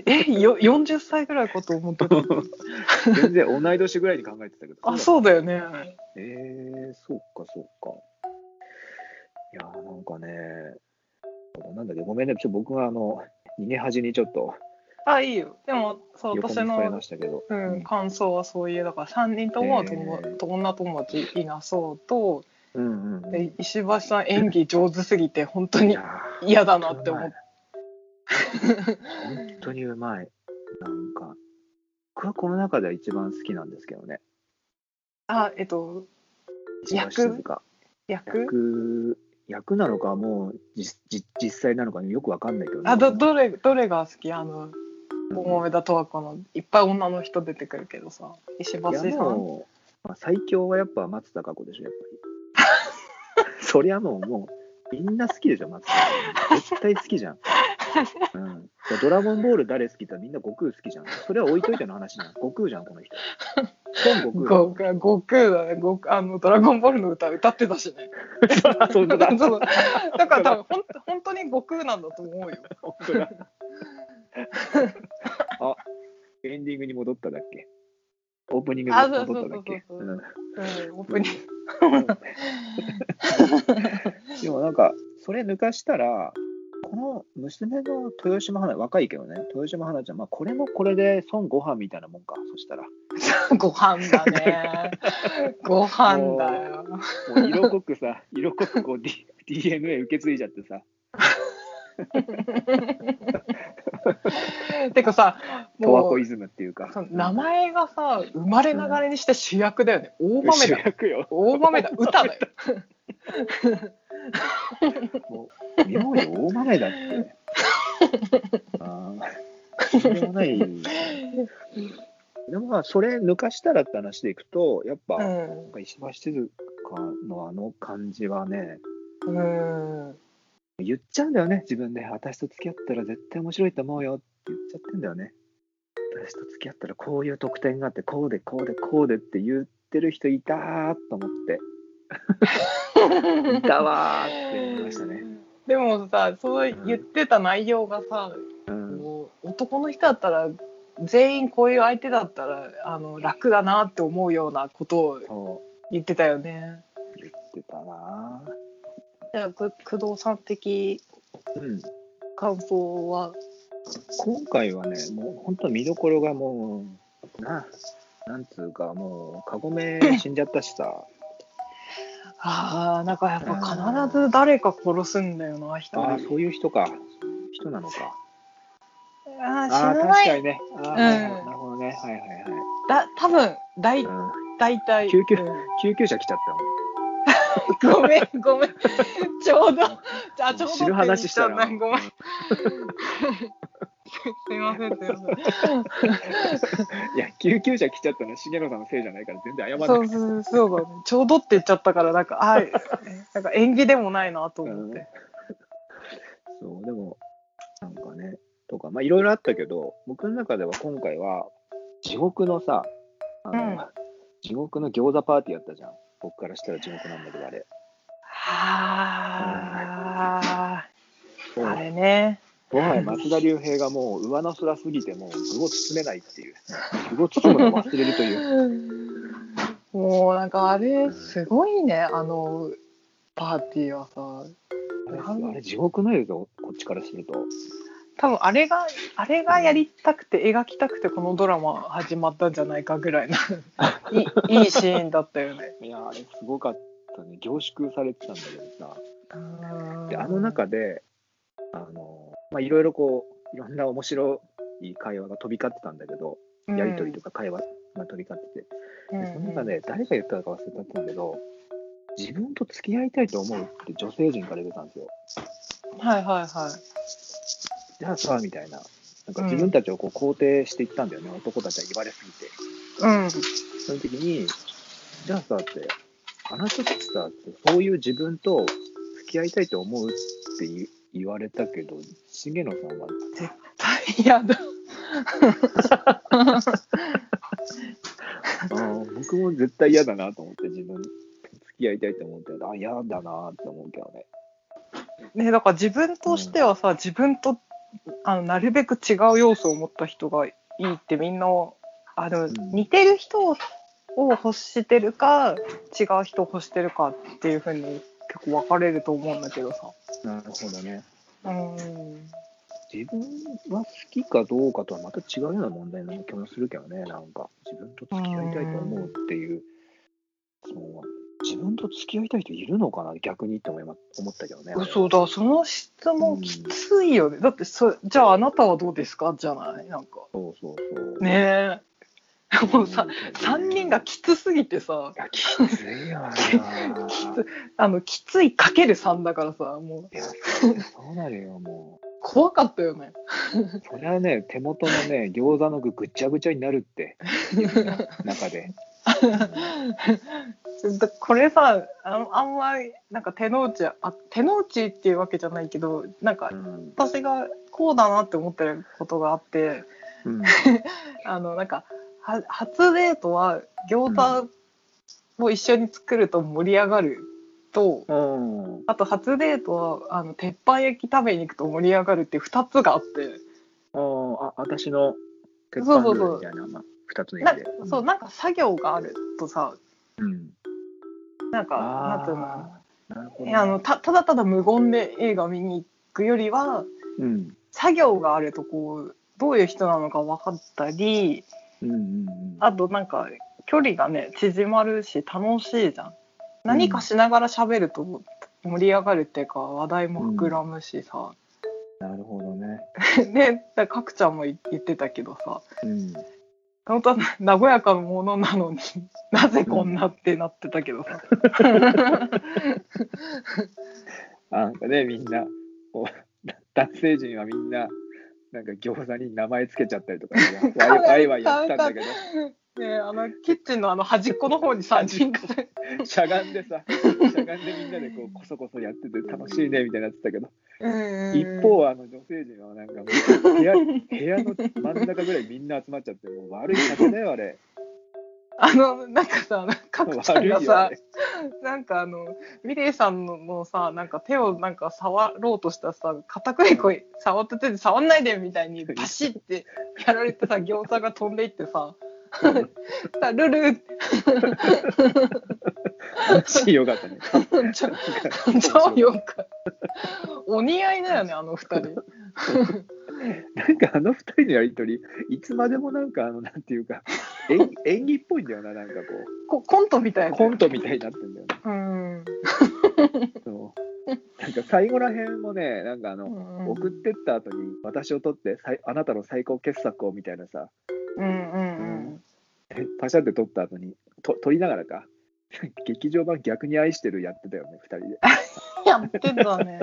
Speaker 2: [LAUGHS]
Speaker 1: ー、
Speaker 2: え、よ40歳ぐらいかと思ってた。
Speaker 1: 全然同い年ぐらいに考えてたけど
Speaker 2: あ、そうだよね。
Speaker 1: えー、そうか、そうか。いやー、なんかね、なんだっけ、ごめんね、ちょっと僕があの、逃げ恥にちょっと
Speaker 2: あ、いいよ。でも、そう、
Speaker 1: 横に
Speaker 2: 私
Speaker 1: され
Speaker 2: の
Speaker 1: ましたけど。
Speaker 2: うん、感想はそういうだから3人とも友、
Speaker 1: えー
Speaker 2: 女友達いなそうと
Speaker 1: うんうん。
Speaker 2: で石橋さん演技上手すぎて本当
Speaker 1: い
Speaker 2: に
Speaker 1: やー
Speaker 2: 嫌だなって思って。
Speaker 1: 本当にうまい。なんか、僕はこの中では一番好きなんですけどね。
Speaker 2: あえっと
Speaker 1: 一番
Speaker 2: [LAUGHS] 役
Speaker 1: 静か。
Speaker 2: 役
Speaker 1: 役、役なのか、もう実実実際なのか、よくわかんないけど、
Speaker 2: あどどれどれが好きあの桃枝十和子のいっぱい女の人出てくるけどさ石橋
Speaker 1: い
Speaker 2: さ
Speaker 1: や
Speaker 2: ん
Speaker 1: もう、まあ、最強はやっぱ松たか子でしょ、やっ
Speaker 2: [LAUGHS]
Speaker 1: ぱり。そりゃもう、もう、みんな好きでしょ、松たか子。絶対好き
Speaker 2: [LAUGHS]
Speaker 1: じゃん。うん、ドラゴンボール誰好きって言ったらみんな悟空好きじゃん。それは置いといての話じゃん。悟空じゃん、この人。孫
Speaker 2: [LAUGHS]
Speaker 1: 悟空。
Speaker 2: 悟空悟空だね悟空あの「ドラゴンボール」の歌歌ってたし
Speaker 1: [LAUGHS]
Speaker 2: ね
Speaker 1: そう
Speaker 2: だ
Speaker 1: だ
Speaker 2: から [LAUGHS] そうだから多分ほん本当に悟空なんだと思うよ
Speaker 1: 本当だあ、エンディングに戻っただっけオープニングに戻っただっけ
Speaker 2: あそ
Speaker 1: う
Speaker 2: うそうそうそうんうんオープニング
Speaker 1: [LAUGHS] でもなんか、それ抜かしたら、この娘の豊島花、若いけどね、豊島花ちゃん、まあ、これもこれで孫悟飯みたいなもんか、そしたら。
Speaker 2: [LAUGHS] ご飯だ
Speaker 1: [LAUGHS]
Speaker 2: ね。ご飯だよ。
Speaker 1: もう色濃くさ、 [LAUGHS] 色濃くこう、D、DNA 受け継いじゃってさ、
Speaker 2: てかさ、
Speaker 1: 十和
Speaker 2: も
Speaker 1: 子
Speaker 2: う
Speaker 1: イズムっていうか。
Speaker 2: その名前がさ、生まれながらにして主役だよね。大
Speaker 1: うん
Speaker 2: 豆
Speaker 1: 主
Speaker 2: だ。
Speaker 1: 役よ。
Speaker 2: 大豆だ。
Speaker 1: [LAUGHS]
Speaker 2: 歌だよ。
Speaker 1: 妙に大豆だって。
Speaker 2: [LAUGHS]
Speaker 1: ああ、とんでもない。でもまあ、それ抜かしたらって話でいくと、やっぱ、
Speaker 2: う
Speaker 1: なん
Speaker 2: ん。
Speaker 1: か石橋静香のあの感じはね、
Speaker 2: うん。
Speaker 1: 言っちゃうんだよね自分で私と付き合ったら絶対面白いと思うよって言っちゃってんだよね私と付き合ったらこういう特典があってこうでこうでこうでって言ってる人いたーと思っていたわーって思いましたね、
Speaker 2: でもさ、そう言ってた内容がさ、
Speaker 1: うん、
Speaker 2: もう男の人だったら、全員こういう相手だったらあの楽だなって思うようなことを
Speaker 1: そう
Speaker 2: 言ってたよね。
Speaker 1: 言ってたな
Speaker 2: じゃあく工藤さん的
Speaker 1: ーうん
Speaker 2: 感想は
Speaker 1: 今回はねもう本当見どころがもうななんつうかもうカゴメ死んじゃったしさ
Speaker 2: ああ、なんかやっぱ必ず誰か殺すんだよな、人
Speaker 1: あ
Speaker 2: あ
Speaker 1: あそういう人かそういう人なのか
Speaker 2: あー、
Speaker 1: ああ
Speaker 2: 死
Speaker 1: ー
Speaker 2: ぬ
Speaker 1: 確
Speaker 2: 前
Speaker 1: かにねあー、
Speaker 2: うん
Speaker 1: なるほどねはいはいはい
Speaker 2: だ、多分大
Speaker 1: うん
Speaker 2: 大体。
Speaker 1: 救急
Speaker 2: うん
Speaker 1: 救急車来ちゃったもん。
Speaker 2: ご
Speaker 1: [LAUGHS]
Speaker 2: めん、ごめん。ちょうど、あ、ちょうど。
Speaker 1: 知る話したら。
Speaker 2: ごめん。すいません、すいま
Speaker 1: いや、救急車来ちゃったのは重野さんのせいじゃないから、全然謝
Speaker 2: せん。
Speaker 1: ら
Speaker 2: [LAUGHS] そ
Speaker 1: な
Speaker 2: う
Speaker 1: くて。
Speaker 2: そうそうだね。ちょうどって言っちゃったから、なんか、
Speaker 1: [LAUGHS]
Speaker 2: あーなんか縁起でもないなと思って。
Speaker 1: そう、でも、なんかね、とか、まあ、いろいろあったけど、僕の中では今回は、地獄のさ、あの、
Speaker 2: うん
Speaker 1: 地獄の餃子パーティーやったじゃん。僕からしたら地獄なんだけど、あれ。
Speaker 2: ああ、あ
Speaker 1: も
Speaker 2: れね。
Speaker 1: うもはや松田龍平がもう上の空すぎて、もう具を包めないって [LAUGHS] いう、具を包むのを忘れるという。
Speaker 2: もうなんかあれすごいねあのパーティーはさ
Speaker 1: あれあれ、地獄の映像、こっちからすると。
Speaker 2: 多分あれがあれがやりたくて描きたくてこのドラマ始まったんじゃないかぐらいないいいいシーンだったよね。
Speaker 1: いやー、あれ、すごかったね。凝縮されてたんだけどさ。で
Speaker 2: で
Speaker 1: あの中であの、まあ、いろいろこういろんな面白い会話が飛び交ってたんだけどやり取りと
Speaker 2: か、
Speaker 1: か会話が飛び交ってて、
Speaker 2: うん
Speaker 1: でその中で誰が言ったのか忘れちゃったんだけど自分と付き合いたいと思うって女性陣から言ってたんですよ
Speaker 2: はいはいはい。
Speaker 1: じゃあさみたいななんか
Speaker 2: うん
Speaker 1: 自分たちをこう肯定していったんだよね、男たちは言われすぎて
Speaker 2: うん
Speaker 1: その時にじゃあさってあなたたちさってそういう自分と付き合いたいと思うって言言われたけど重野さんは
Speaker 2: 大変やだ。
Speaker 1: あー僕も絶対嫌だなと思って自分付き合いたいと思ってあ嫌だなって思うけどね
Speaker 2: ね、だから自分としてはさ、自分とあのなるべく違う要素を持った人がいいってみんなあの、
Speaker 1: ん
Speaker 2: 似てる人を欲してるか違う人を欲してるかっていうふうに結構分かれると思うんだけどさ。
Speaker 1: なるほどね。
Speaker 2: うん
Speaker 1: 自分は好きかどうかとはまた違うような問題な気もするけどね、なんか。自分と付き合いたいと思うっていう、そう自分と付き合いたい人いるのかな、逆にって思いま思ったけどね。
Speaker 2: 嘘だその質問きついよね、だってそじゃああなたはどうですかじゃないなんか
Speaker 1: そうそうそう。
Speaker 2: ねえもうさ
Speaker 1: 3
Speaker 2: 3人がきつすぎてさ
Speaker 1: いや、きついよな。
Speaker 2: [LAUGHS] きつあのきついかける3だからさもう
Speaker 1: いや、そうなるよ、もう。
Speaker 2: 怖かったよね
Speaker 1: それはね、手元のね、餃子の具ぐっちゃぐちゃになる
Speaker 2: [LAUGHS]
Speaker 1: って、自分の中で。
Speaker 2: だこれさあのあんまりなんか手の内あ手の内っていうわけじゃないけどなんか
Speaker 1: うん。
Speaker 2: 私がこうだなって思ってることがあって
Speaker 1: うん
Speaker 2: あのなんかは初デートは餃子を一緒に作ると盛り上がると、
Speaker 1: うん。
Speaker 2: あと初デートはあの鉄板焼き食べに行くと盛り上がるっていう2つがあって。
Speaker 1: うんあ、私の鉄板ルールみたいな、まあ、二つの意
Speaker 2: な
Speaker 1: 味で。
Speaker 2: そうなんか作業があるとさ
Speaker 1: うん。
Speaker 2: なんかなんていうの
Speaker 1: ああー、なるほ
Speaker 2: いやあ
Speaker 1: ど。
Speaker 2: のたただただ無言で映画見に行くよりは
Speaker 1: うん。
Speaker 2: 作業があるとこうどういう人なのか分かったり
Speaker 1: うんうんうん。
Speaker 2: あとなんか距離がね縮まるし楽しいじゃん何かしながら喋ると盛り上がるっていうか話題も膨らむしさ、
Speaker 1: なるほどね。
Speaker 2: [LAUGHS] ねだかくちゃんも言言ってたけどさ
Speaker 1: うん。
Speaker 2: 本当はな和やかなものなのに [LAUGHS] なぜこんなってなってたけどさ、
Speaker 1: あなんかね、みんな、こう男性陣はみんな、なんか餃子に名前つけちゃったりとかね、わいわいわいやったんだけど、
Speaker 2: ねあのキッチンのあの端っこの方に3人が [LAUGHS]
Speaker 1: しゃがんでさ、しゃがんでみんなでこう、こそこそやってて楽しいねみたいになってたけど、一方はあの女性陣はなんかもう部屋、部屋の真ん中ぐらいみんな集まっちゃって、もう悪い酒だよ、あれ。
Speaker 2: あのなんかさかくちゃん
Speaker 1: 悪い
Speaker 2: が
Speaker 1: よ、あ
Speaker 2: さ
Speaker 1: れ。
Speaker 2: なんかあのミレイさんのさなんか手をなんか触ろうとしたさ片栗粉触ってて触んないでみたいにバシッてやられ
Speaker 1: [LAUGHS]
Speaker 2: てさ餃子が飛んでいってささ [LAUGHS] ルル
Speaker 1: しよかったね。 [LAUGHS]
Speaker 2: ちょ超よかお似合いだよねあの二人
Speaker 1: なんかあの二人のやりとり、いつまでもなんかあの、なんていうか、演演技っぽいんだよな、なんかこ、
Speaker 2: ココントみたいうな
Speaker 1: コントみたいになってんだよね。
Speaker 2: うん
Speaker 1: そうなんか最後らへんもね、なんかあの、送ってった後に、私を撮ってさい、あなたの最高傑作をみたいなさ、
Speaker 2: うんうんうん
Speaker 1: えパシャって撮った後に、と撮りながらか、劇場版逆に愛してるやってたよね、二人で。
Speaker 2: やってたね。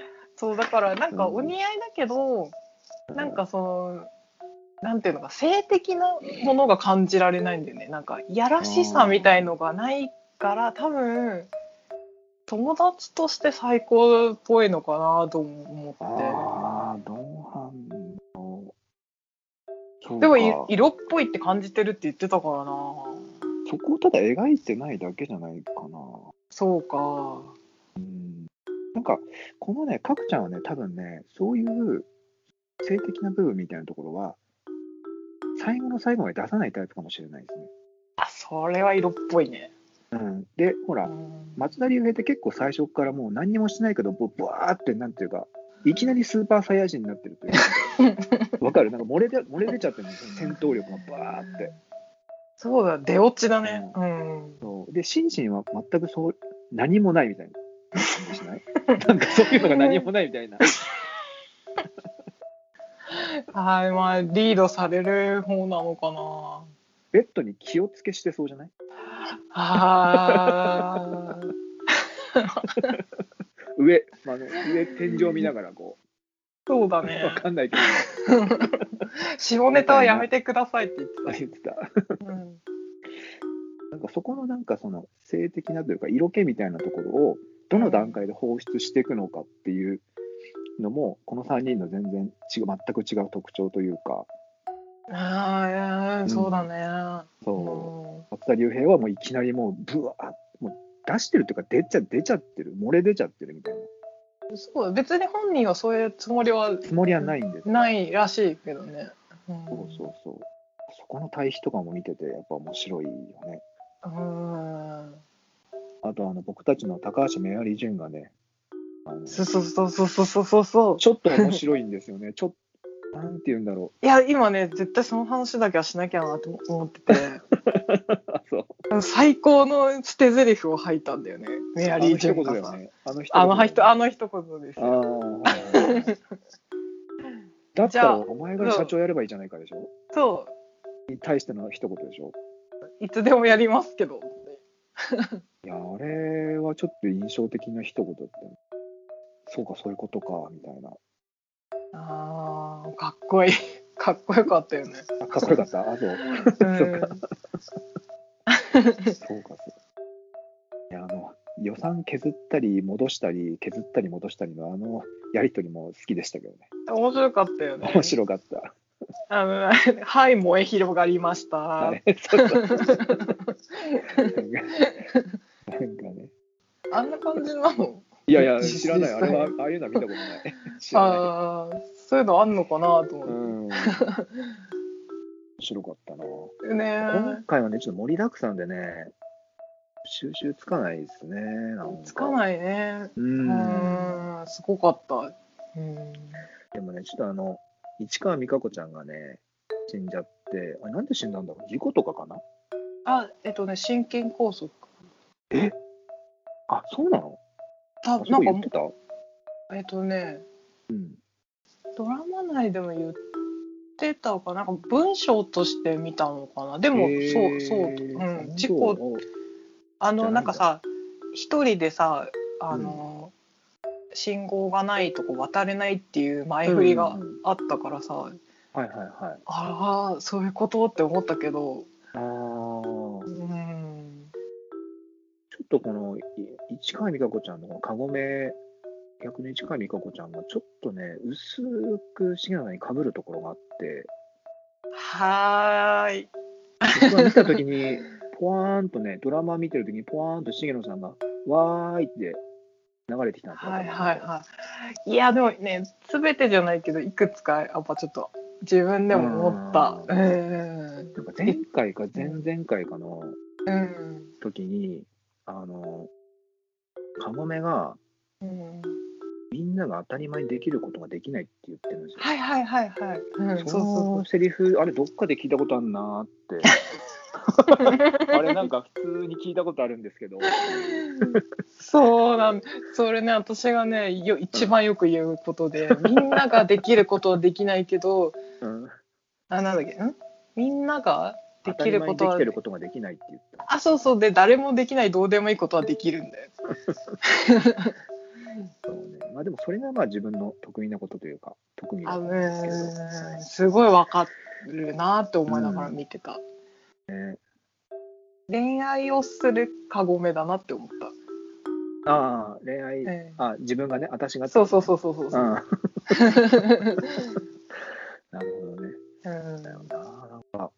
Speaker 2: [LAUGHS] そうだからなんかお似合いだけど、なんかそのなんていうのか性的なものが感じられないんだよね。なんかやらしさみたいのがないから多分友達として最高っぽいのかなと思って。
Speaker 1: あー、どう反応。そうか
Speaker 2: でもい色っぽいって感じてるって言ってたからな。
Speaker 1: そこをただ描いてないだけじゃないかな。
Speaker 2: そうか。
Speaker 1: うんなんか、このね、かくちゃんはね、多分ね、そういう性的な部分みたいなところは、最後の最後まで出さないタイプかもしれないですね。
Speaker 2: あそれは色っぽいね。
Speaker 1: うん、で、ほ
Speaker 2: う
Speaker 1: ら、
Speaker 2: ん
Speaker 1: 松田龍平って結構最初からもう何にもしないけど、ぼぶわーって、なんていうか、いきなりスーパーサイヤ人になってるというか、わかるなんか漏れで漏れ出ちゃってるんですよ、戦闘力がバーって。
Speaker 2: そうだ出落ちだね。うん。
Speaker 1: そうで、心身は全くそう何もないみたいな。しない [LAUGHS] なんかそういうのが何もないみたいな。
Speaker 2: はい、まあ、リードされる方なのかな。
Speaker 1: ベッドに気をつけしてそうじゃない
Speaker 2: あー
Speaker 1: 上、まあね、上天井見ながらこ
Speaker 2: そうだ
Speaker 1: う、
Speaker 2: [LAUGHS] ね
Speaker 1: わ。かんないけ
Speaker 2: 下ネタはやめてくださいって言
Speaker 1: ど、
Speaker 2: っ
Speaker 1: 言ってた。
Speaker 2: てた。うん
Speaker 1: なんかそこのなんかその性的なというか色気みたいなところをどの段階で放出していくのかっていうのも、この3人の全然違う全く違う特徴というか、
Speaker 2: ああ、そうだね。
Speaker 1: そうう、松田龍平はもういきなりもう、ぶわーもう出してるというか出ちゃ、出ちゃってる、漏れ出ちゃってるみたいな。
Speaker 2: そう、別に本人はそういうつもりは
Speaker 1: つもりはないんですい
Speaker 2: ないらしいけどね。うん
Speaker 1: そうそうそうそこの対比とかも見ててやっぱ面白いよね
Speaker 2: うん
Speaker 1: あとあの僕たちの高橋メアリー・ジュンがねあの
Speaker 2: そうそうそうそうそうそうそうそう。
Speaker 1: ちょっと面白いんですよね [LAUGHS] ちょっとなんて言うんだろ
Speaker 2: いや、今ね、絶対その話だけはしなきゃなと思ってて、
Speaker 1: う [LAUGHS] あそう
Speaker 2: 最高の捨て台詞を吐いたんだよね、メアリー・ジュン
Speaker 1: あの一言だよ
Speaker 2: カさん。
Speaker 1: ねあの一言
Speaker 2: あのはいあの一言です
Speaker 1: あ
Speaker 2: よ。 [LAUGHS]
Speaker 1: ーだったらお前が社長やればいいじゃないかでしょ
Speaker 2: そ
Speaker 1: に対しての一言でしょ
Speaker 2: う、いつでもやりますけど。
Speaker 1: いやあれはちょっと印象的な一言だったよそうかそういうことかみたいな
Speaker 2: ああ、かっこいい。かっこよかったよね。
Speaker 1: あかっこよかったあそう
Speaker 2: うん
Speaker 1: そっそうかそういやあの予算削ったり戻したり削ったり戻したりのあのやり取りも好きでしたけどね
Speaker 2: 面白かったよね。
Speaker 1: 面白かった、
Speaker 2: あの、はい、燃え広がりました。
Speaker 1: はい、そうそうなんかなんかね
Speaker 2: あんな感じなの
Speaker 1: いやい
Speaker 2: [LAUGHS]
Speaker 1: や知ら
Speaker 2: 実際
Speaker 1: ないあれはああいうのは見たことない知らない
Speaker 2: ああ、そういうのあんのかなと
Speaker 1: う
Speaker 2: 思っ
Speaker 1: ん面白かったな
Speaker 2: て。ね
Speaker 1: 今回はねちょっと盛りだくさんでね収集つかないですねなん
Speaker 2: つか
Speaker 1: い
Speaker 2: ないね。
Speaker 1: う
Speaker 2: うんん、すごかった。うん。
Speaker 1: でもね、ちょっとあの、市川美香子ちゃんがね、死んじゃって、あれなんで死んだんだろう事故とかかな
Speaker 2: あ、えっとね、心筋梗塞。
Speaker 1: あ、そうなの
Speaker 2: た
Speaker 1: あ、
Speaker 2: な
Speaker 1: そう言
Speaker 2: ん
Speaker 1: って
Speaker 2: か、
Speaker 1: た
Speaker 2: えっとね、
Speaker 1: うん。
Speaker 2: ドラマ内でも言ってたかな、なんか文章として見たのかな。でも、そう、そう、うん、事故
Speaker 1: 故じゃ
Speaker 2: あの
Speaker 1: ないんだ
Speaker 2: なんかさ一人でさあの、信号がないとこ渡れないっていう前振りがあったからさ、
Speaker 1: はいはいはい。
Speaker 2: あらそういうことって思ったけど
Speaker 1: あー
Speaker 2: う
Speaker 1: ちょ
Speaker 2: ん
Speaker 1: っとこの、い市川美香子ちゃんのこのカゴメ、逆に市川美香子ちゃんがちょっとね、薄く重野さんにかぶるところがあって、
Speaker 2: はーい
Speaker 1: 僕が見たとき
Speaker 2: [LAUGHS]
Speaker 1: に、ポワーンとね、ドラマ見てるときに、ポワーンと重野さんが、わーいって流れてきたんですよ
Speaker 2: はいはいはいいやでもね全てじゃないけどいくつかやっぱちょっと自分でも思った
Speaker 1: う
Speaker 2: うん
Speaker 1: なんか前回か前々回かの
Speaker 2: うん
Speaker 1: 時に、あの、カモメが
Speaker 2: うん
Speaker 1: みんなが当たり前にできることができないって言ってるんですよ。
Speaker 2: はいはいはいはい、うん、
Speaker 1: そ
Speaker 2: そうそう
Speaker 1: のセリフ、あれどっかで聞いたことあるな [LAUGHS] ーって。あれなんか普通に聞いたことあるんですけど。
Speaker 2: そうなんそれね私がねよ一番よく言うことで、みんなができることはできないけ [LAUGHS] ど
Speaker 1: うん
Speaker 2: あなんだっけんみんながで
Speaker 1: 当た
Speaker 2: き
Speaker 1: り
Speaker 2: る
Speaker 1: 前
Speaker 2: こ
Speaker 1: にで
Speaker 2: と
Speaker 1: き
Speaker 2: は
Speaker 1: てることができないって言った。
Speaker 2: あそうそうで誰もできないどうでもいいことはできるんだよ
Speaker 1: そうね、まあでもそれがまあ自分の得意なことというか、特技な
Speaker 2: あ
Speaker 1: ん
Speaker 2: う
Speaker 1: ですけど。
Speaker 2: ーんすごいわかるなって思いながら見てた、
Speaker 1: ね
Speaker 2: 恋愛をするカゴメだなって思った、
Speaker 1: ああ、恋愛、
Speaker 2: え
Speaker 1: あ、自分がね、私
Speaker 2: え
Speaker 1: が。。
Speaker 2: そうそうそうそうそううん
Speaker 1: [LAUGHS]
Speaker 2: そう
Speaker 1: なるほどね。
Speaker 2: うん
Speaker 1: だよな。なんか、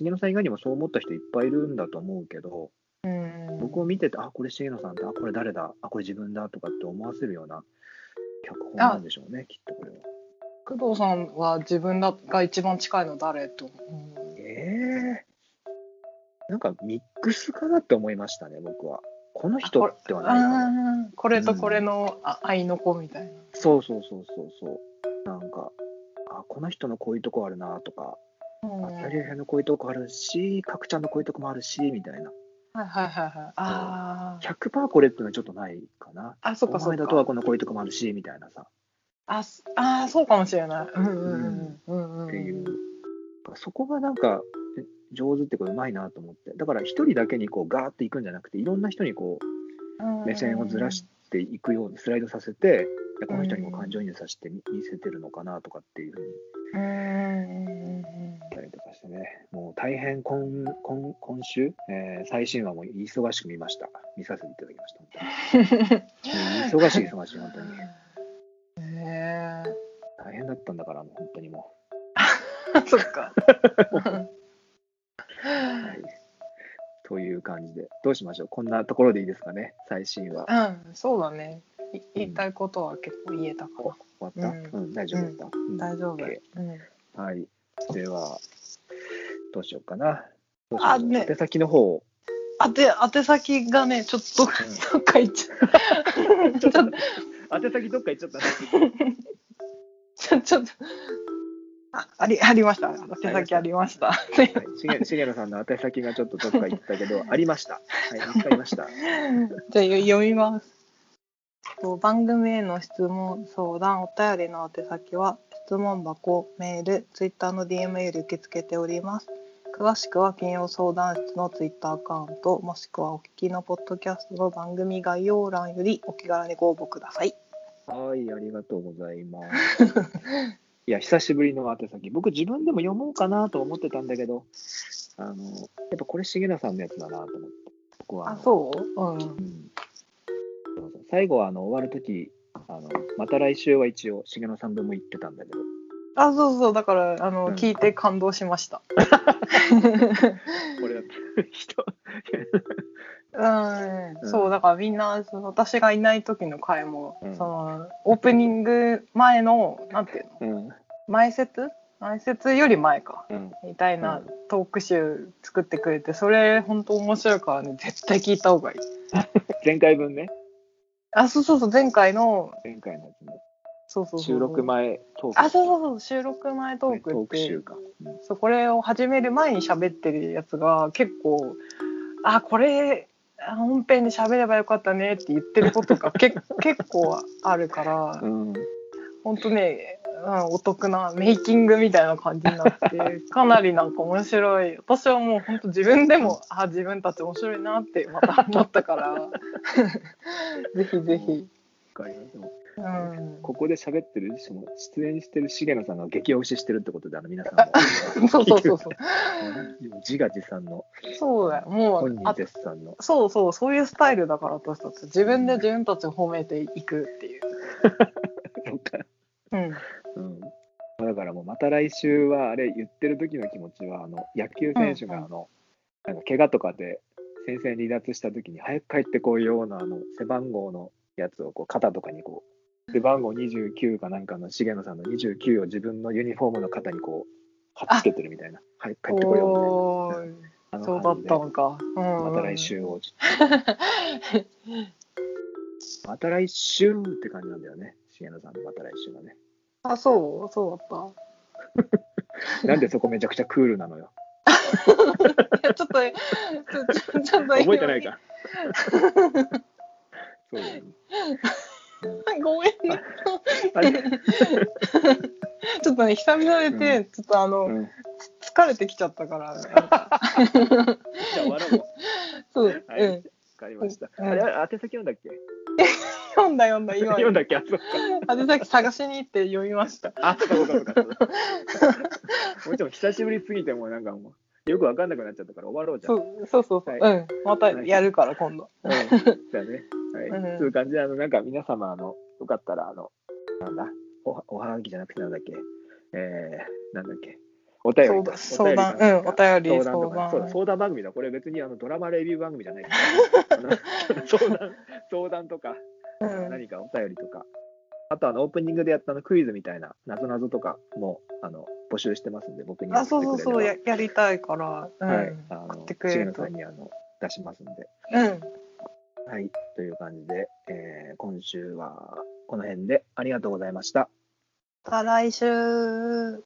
Speaker 1: 重野さん以外にもそう思った人いっぱいいるんだと思うけど、
Speaker 2: うん
Speaker 1: 僕を見てて、あ、これ重野さんだ、あ、これ誰だ、あ、これ自分だとかって思わせるような脚本なんでしょうね、きっとこれは。
Speaker 2: 工藤さんは自分らが一番近いの誰と思う
Speaker 1: ええなんかミックスかなって思いましたね、僕は。この人ってはないかな。
Speaker 2: あーこれとこれのあ愛の子みたいな。
Speaker 1: そうそうそうそうそう。なんか、あ、この人のこういうとこあるなとか、
Speaker 2: うん
Speaker 1: あ
Speaker 2: はい
Speaker 1: キ
Speaker 2: は
Speaker 1: ャ
Speaker 2: い
Speaker 1: リア編のこういうとこあるし、角ちゃんのこういうとこもあるし、みたいな。
Speaker 2: はいはい。あー
Speaker 1: 100%これっていうのはちょっとないかな。
Speaker 2: あ、そっか
Speaker 1: お
Speaker 2: そっ
Speaker 1: 前だとは
Speaker 2: か。
Speaker 1: このこういうとこもあるしみたいなさ、
Speaker 2: あ、すあーそうかもしれない。うんうんうんうんうん。
Speaker 1: っていうそこがなんかえ上手っていうかうまいなと思ってだから一人だけにこうガーっていくんじゃなくていろんな人にこ
Speaker 2: うんうん
Speaker 1: う目線をずらしていくようにスライドさせていやこの人にも感情移入させてみ見せてるのかなとかっていうふうに
Speaker 2: うんうんうんうん。
Speaker 1: 言ったりとかしてねもう大変今今今週、えー最新話も忙しく見ました見させていただきました本当に忙しい忙しい本当に
Speaker 2: ね
Speaker 1: 大変だったんだからもう本当にも
Speaker 2: え。そっ
Speaker 1: [LAUGHS]
Speaker 2: か。
Speaker 1: う、はい、という感じでどうしましょうこんなところでいいですかね最新話
Speaker 2: うん、そうだね。い言いたいことは結構言えたか
Speaker 1: お終わった、う、
Speaker 2: うん
Speaker 1: 大丈夫だった、うん
Speaker 2: ら大丈夫、
Speaker 1: OK
Speaker 2: うん、
Speaker 1: はい。では、どうしようかな。どうしよう
Speaker 2: あ
Speaker 1: かな
Speaker 2: ね
Speaker 1: 手先の方を。
Speaker 2: あて宛先がねちょっとどっか
Speaker 1: うん
Speaker 2: どっか行っちゃうちょっと
Speaker 1: [LAUGHS] 宛先どっか行っちゃった。
Speaker 2: ちょちょっとあありありました宛先ありました
Speaker 1: はい、しげしげのさんの宛先がちょっとどっか行ったけど、ありました。はい、見つかりました。
Speaker 2: [LAUGHS] じゃあよ読みます。と番組への質問、相談、お便りの宛先は質問箱、メール、ツイッターの DM より受け付けております。詳しくは金曜相談室のツイッターアカウント、もしくはお聞きのポッドキャストの番組概要欄よりお気軽にご応募ください。
Speaker 1: はい、ありがとうござい
Speaker 2: [LAUGHS]
Speaker 1: ます。いや、久しぶりの宛先。僕、自分でも読もうかなと思ってたんだけど、あの、やっぱこれ、しげなさんのやつだなと思って。僕はの
Speaker 2: そう？うん。
Speaker 1: うんそうそう最後はあの終わるとき、あのまた来週は一応、しげのさん分も言ってたんだけど、
Speaker 2: あ、そうそう。だからあの、
Speaker 1: うん
Speaker 2: 聞いて感動しました。
Speaker 1: これ、人、
Speaker 2: うん
Speaker 1: うん
Speaker 2: そうだからみんなその私がいない時の回も、
Speaker 1: うん
Speaker 2: そのオープニング前のなんていうの
Speaker 1: うん、
Speaker 2: 前説前説より前か
Speaker 1: うん、
Speaker 2: みたいな
Speaker 1: うん
Speaker 2: トーク集作ってくれてそれ本当面白いからね絶対聞いた方がいい。
Speaker 1: 前回分ね、
Speaker 2: あそうそうそう前回の
Speaker 1: 前回のやつね、
Speaker 2: そうそうそう
Speaker 1: 収録前トーク。
Speaker 2: あそうそうそう収録前トーク
Speaker 1: ト
Speaker 2: っ
Speaker 1: ーク
Speaker 2: て
Speaker 1: 集か。うん
Speaker 2: そうこれを始める前に喋ってるやつが結構あこれあ本編で喋ればよかったねって言ってること [LAUGHS] がけ結構あるから
Speaker 1: うん、
Speaker 2: 本当ね、うん、お得なメイキングみたいな感じになって [LAUGHS] かなりなんか面白い私はもう本当自分でもあ自分たち面白いなってまた思ったから [LAUGHS] ぜひぜひ、
Speaker 1: わかりますでも
Speaker 2: うん、
Speaker 1: ここで喋ってる、その出演してるしげなさんが激推ししてるってことで、あの皆さんも
Speaker 2: [LAUGHS] そうそうそうそう
Speaker 1: もう自画自賛の
Speaker 2: そうだよも
Speaker 1: 本
Speaker 2: う
Speaker 1: 人
Speaker 2: あ
Speaker 1: 絶賛の。
Speaker 2: そうそうそういうスタイルだから私たち自分で自分たちを褒めていくっ
Speaker 1: [LAUGHS]
Speaker 2: ていう、
Speaker 1: そうか
Speaker 2: うん、
Speaker 1: うんだからもうまた来週はあれ言ってる時の気持ちはあの野球選手が
Speaker 2: うんう
Speaker 1: あ
Speaker 2: ん
Speaker 1: の、なんか怪我とかで先生離脱した時に早く帰ってこいようなあの背番号のやつをこう肩とかにこう背番号29かなんかの重野さんの29を自分のユニフォームの肩にこう貼っつけてるみたいな早く帰ってこいよ
Speaker 2: おー
Speaker 1: みたいなあ
Speaker 2: そう
Speaker 1: の
Speaker 2: だ
Speaker 1: 感
Speaker 2: っ
Speaker 1: じで
Speaker 2: たのか、うんうん
Speaker 1: また来週をちょっとまた来週って感じなんだよね重野さんのまた来週がね
Speaker 2: あそうそうだった
Speaker 1: なんでそこめちゃくちゃクールなの
Speaker 2: [LAUGHS]
Speaker 1: よ
Speaker 2: いやちょっと、ちょちょっと、
Speaker 1: 覚えてないか。そうだよね
Speaker 2: 今。 [LAUGHS] ごめんね。
Speaker 1: あれ
Speaker 2: ちょっとね、久々でて、
Speaker 1: う
Speaker 2: ちょっとあの、
Speaker 1: うんじ
Speaker 2: 疲れてきちゃったから。なんか
Speaker 1: ゃあ終わろう。わ
Speaker 2: そう、
Speaker 1: [LAUGHS] はい
Speaker 2: うん。
Speaker 1: かりました。
Speaker 2: うん
Speaker 1: あれ、あれ宛先読んだっけ
Speaker 2: 読んだ読んだ、今。
Speaker 1: 読んだっけあ、
Speaker 2: [LAUGHS]
Speaker 1: そうか。
Speaker 2: 宛先探しに行って読みました。
Speaker 1: あ、そうか、そうか、そうか。 [LAUGHS] もうちょっと久しぶりすぎて、もうなんかもう、よくわかんなくなっちゃったから終わろうじゃん。。
Speaker 2: そううそうそうそう、
Speaker 1: は
Speaker 2: うん。またやるから、今度。
Speaker 1: ん、だね。は
Speaker 2: う
Speaker 1: い。
Speaker 2: ん
Speaker 1: そういう感じで、あの、なんか皆様、あの、よかったら、あの、なんだ、おはおはがきじゃなくてなんだっけえー、なんだっけお便りか。
Speaker 2: 相
Speaker 1: お便
Speaker 2: 談
Speaker 1: りか
Speaker 2: 相談うんお便り
Speaker 1: 相談とかね
Speaker 2: 相談
Speaker 1: そうだ、相談番組だ。これ別にあのドラマレビュー番組じゃない
Speaker 2: [LAUGHS]
Speaker 1: から。あの相談、相談とか、
Speaker 2: うん。
Speaker 1: 何かお便りとか。あとあのオープニングでやったあのクイズみたいななぞなぞとかもあの募集してますんで僕に
Speaker 2: あ、そうそうそう、
Speaker 1: や
Speaker 2: ややりたいから。うん。
Speaker 1: はい、あ
Speaker 2: 送っ
Speaker 1: の
Speaker 2: てく
Speaker 1: 重
Speaker 2: れ
Speaker 1: 野
Speaker 2: る
Speaker 1: さ
Speaker 2: と。
Speaker 1: んにあの出しますんで
Speaker 2: うん。
Speaker 1: はいという感じで、えー今週はこの辺でありがとうございました。
Speaker 2: また来週。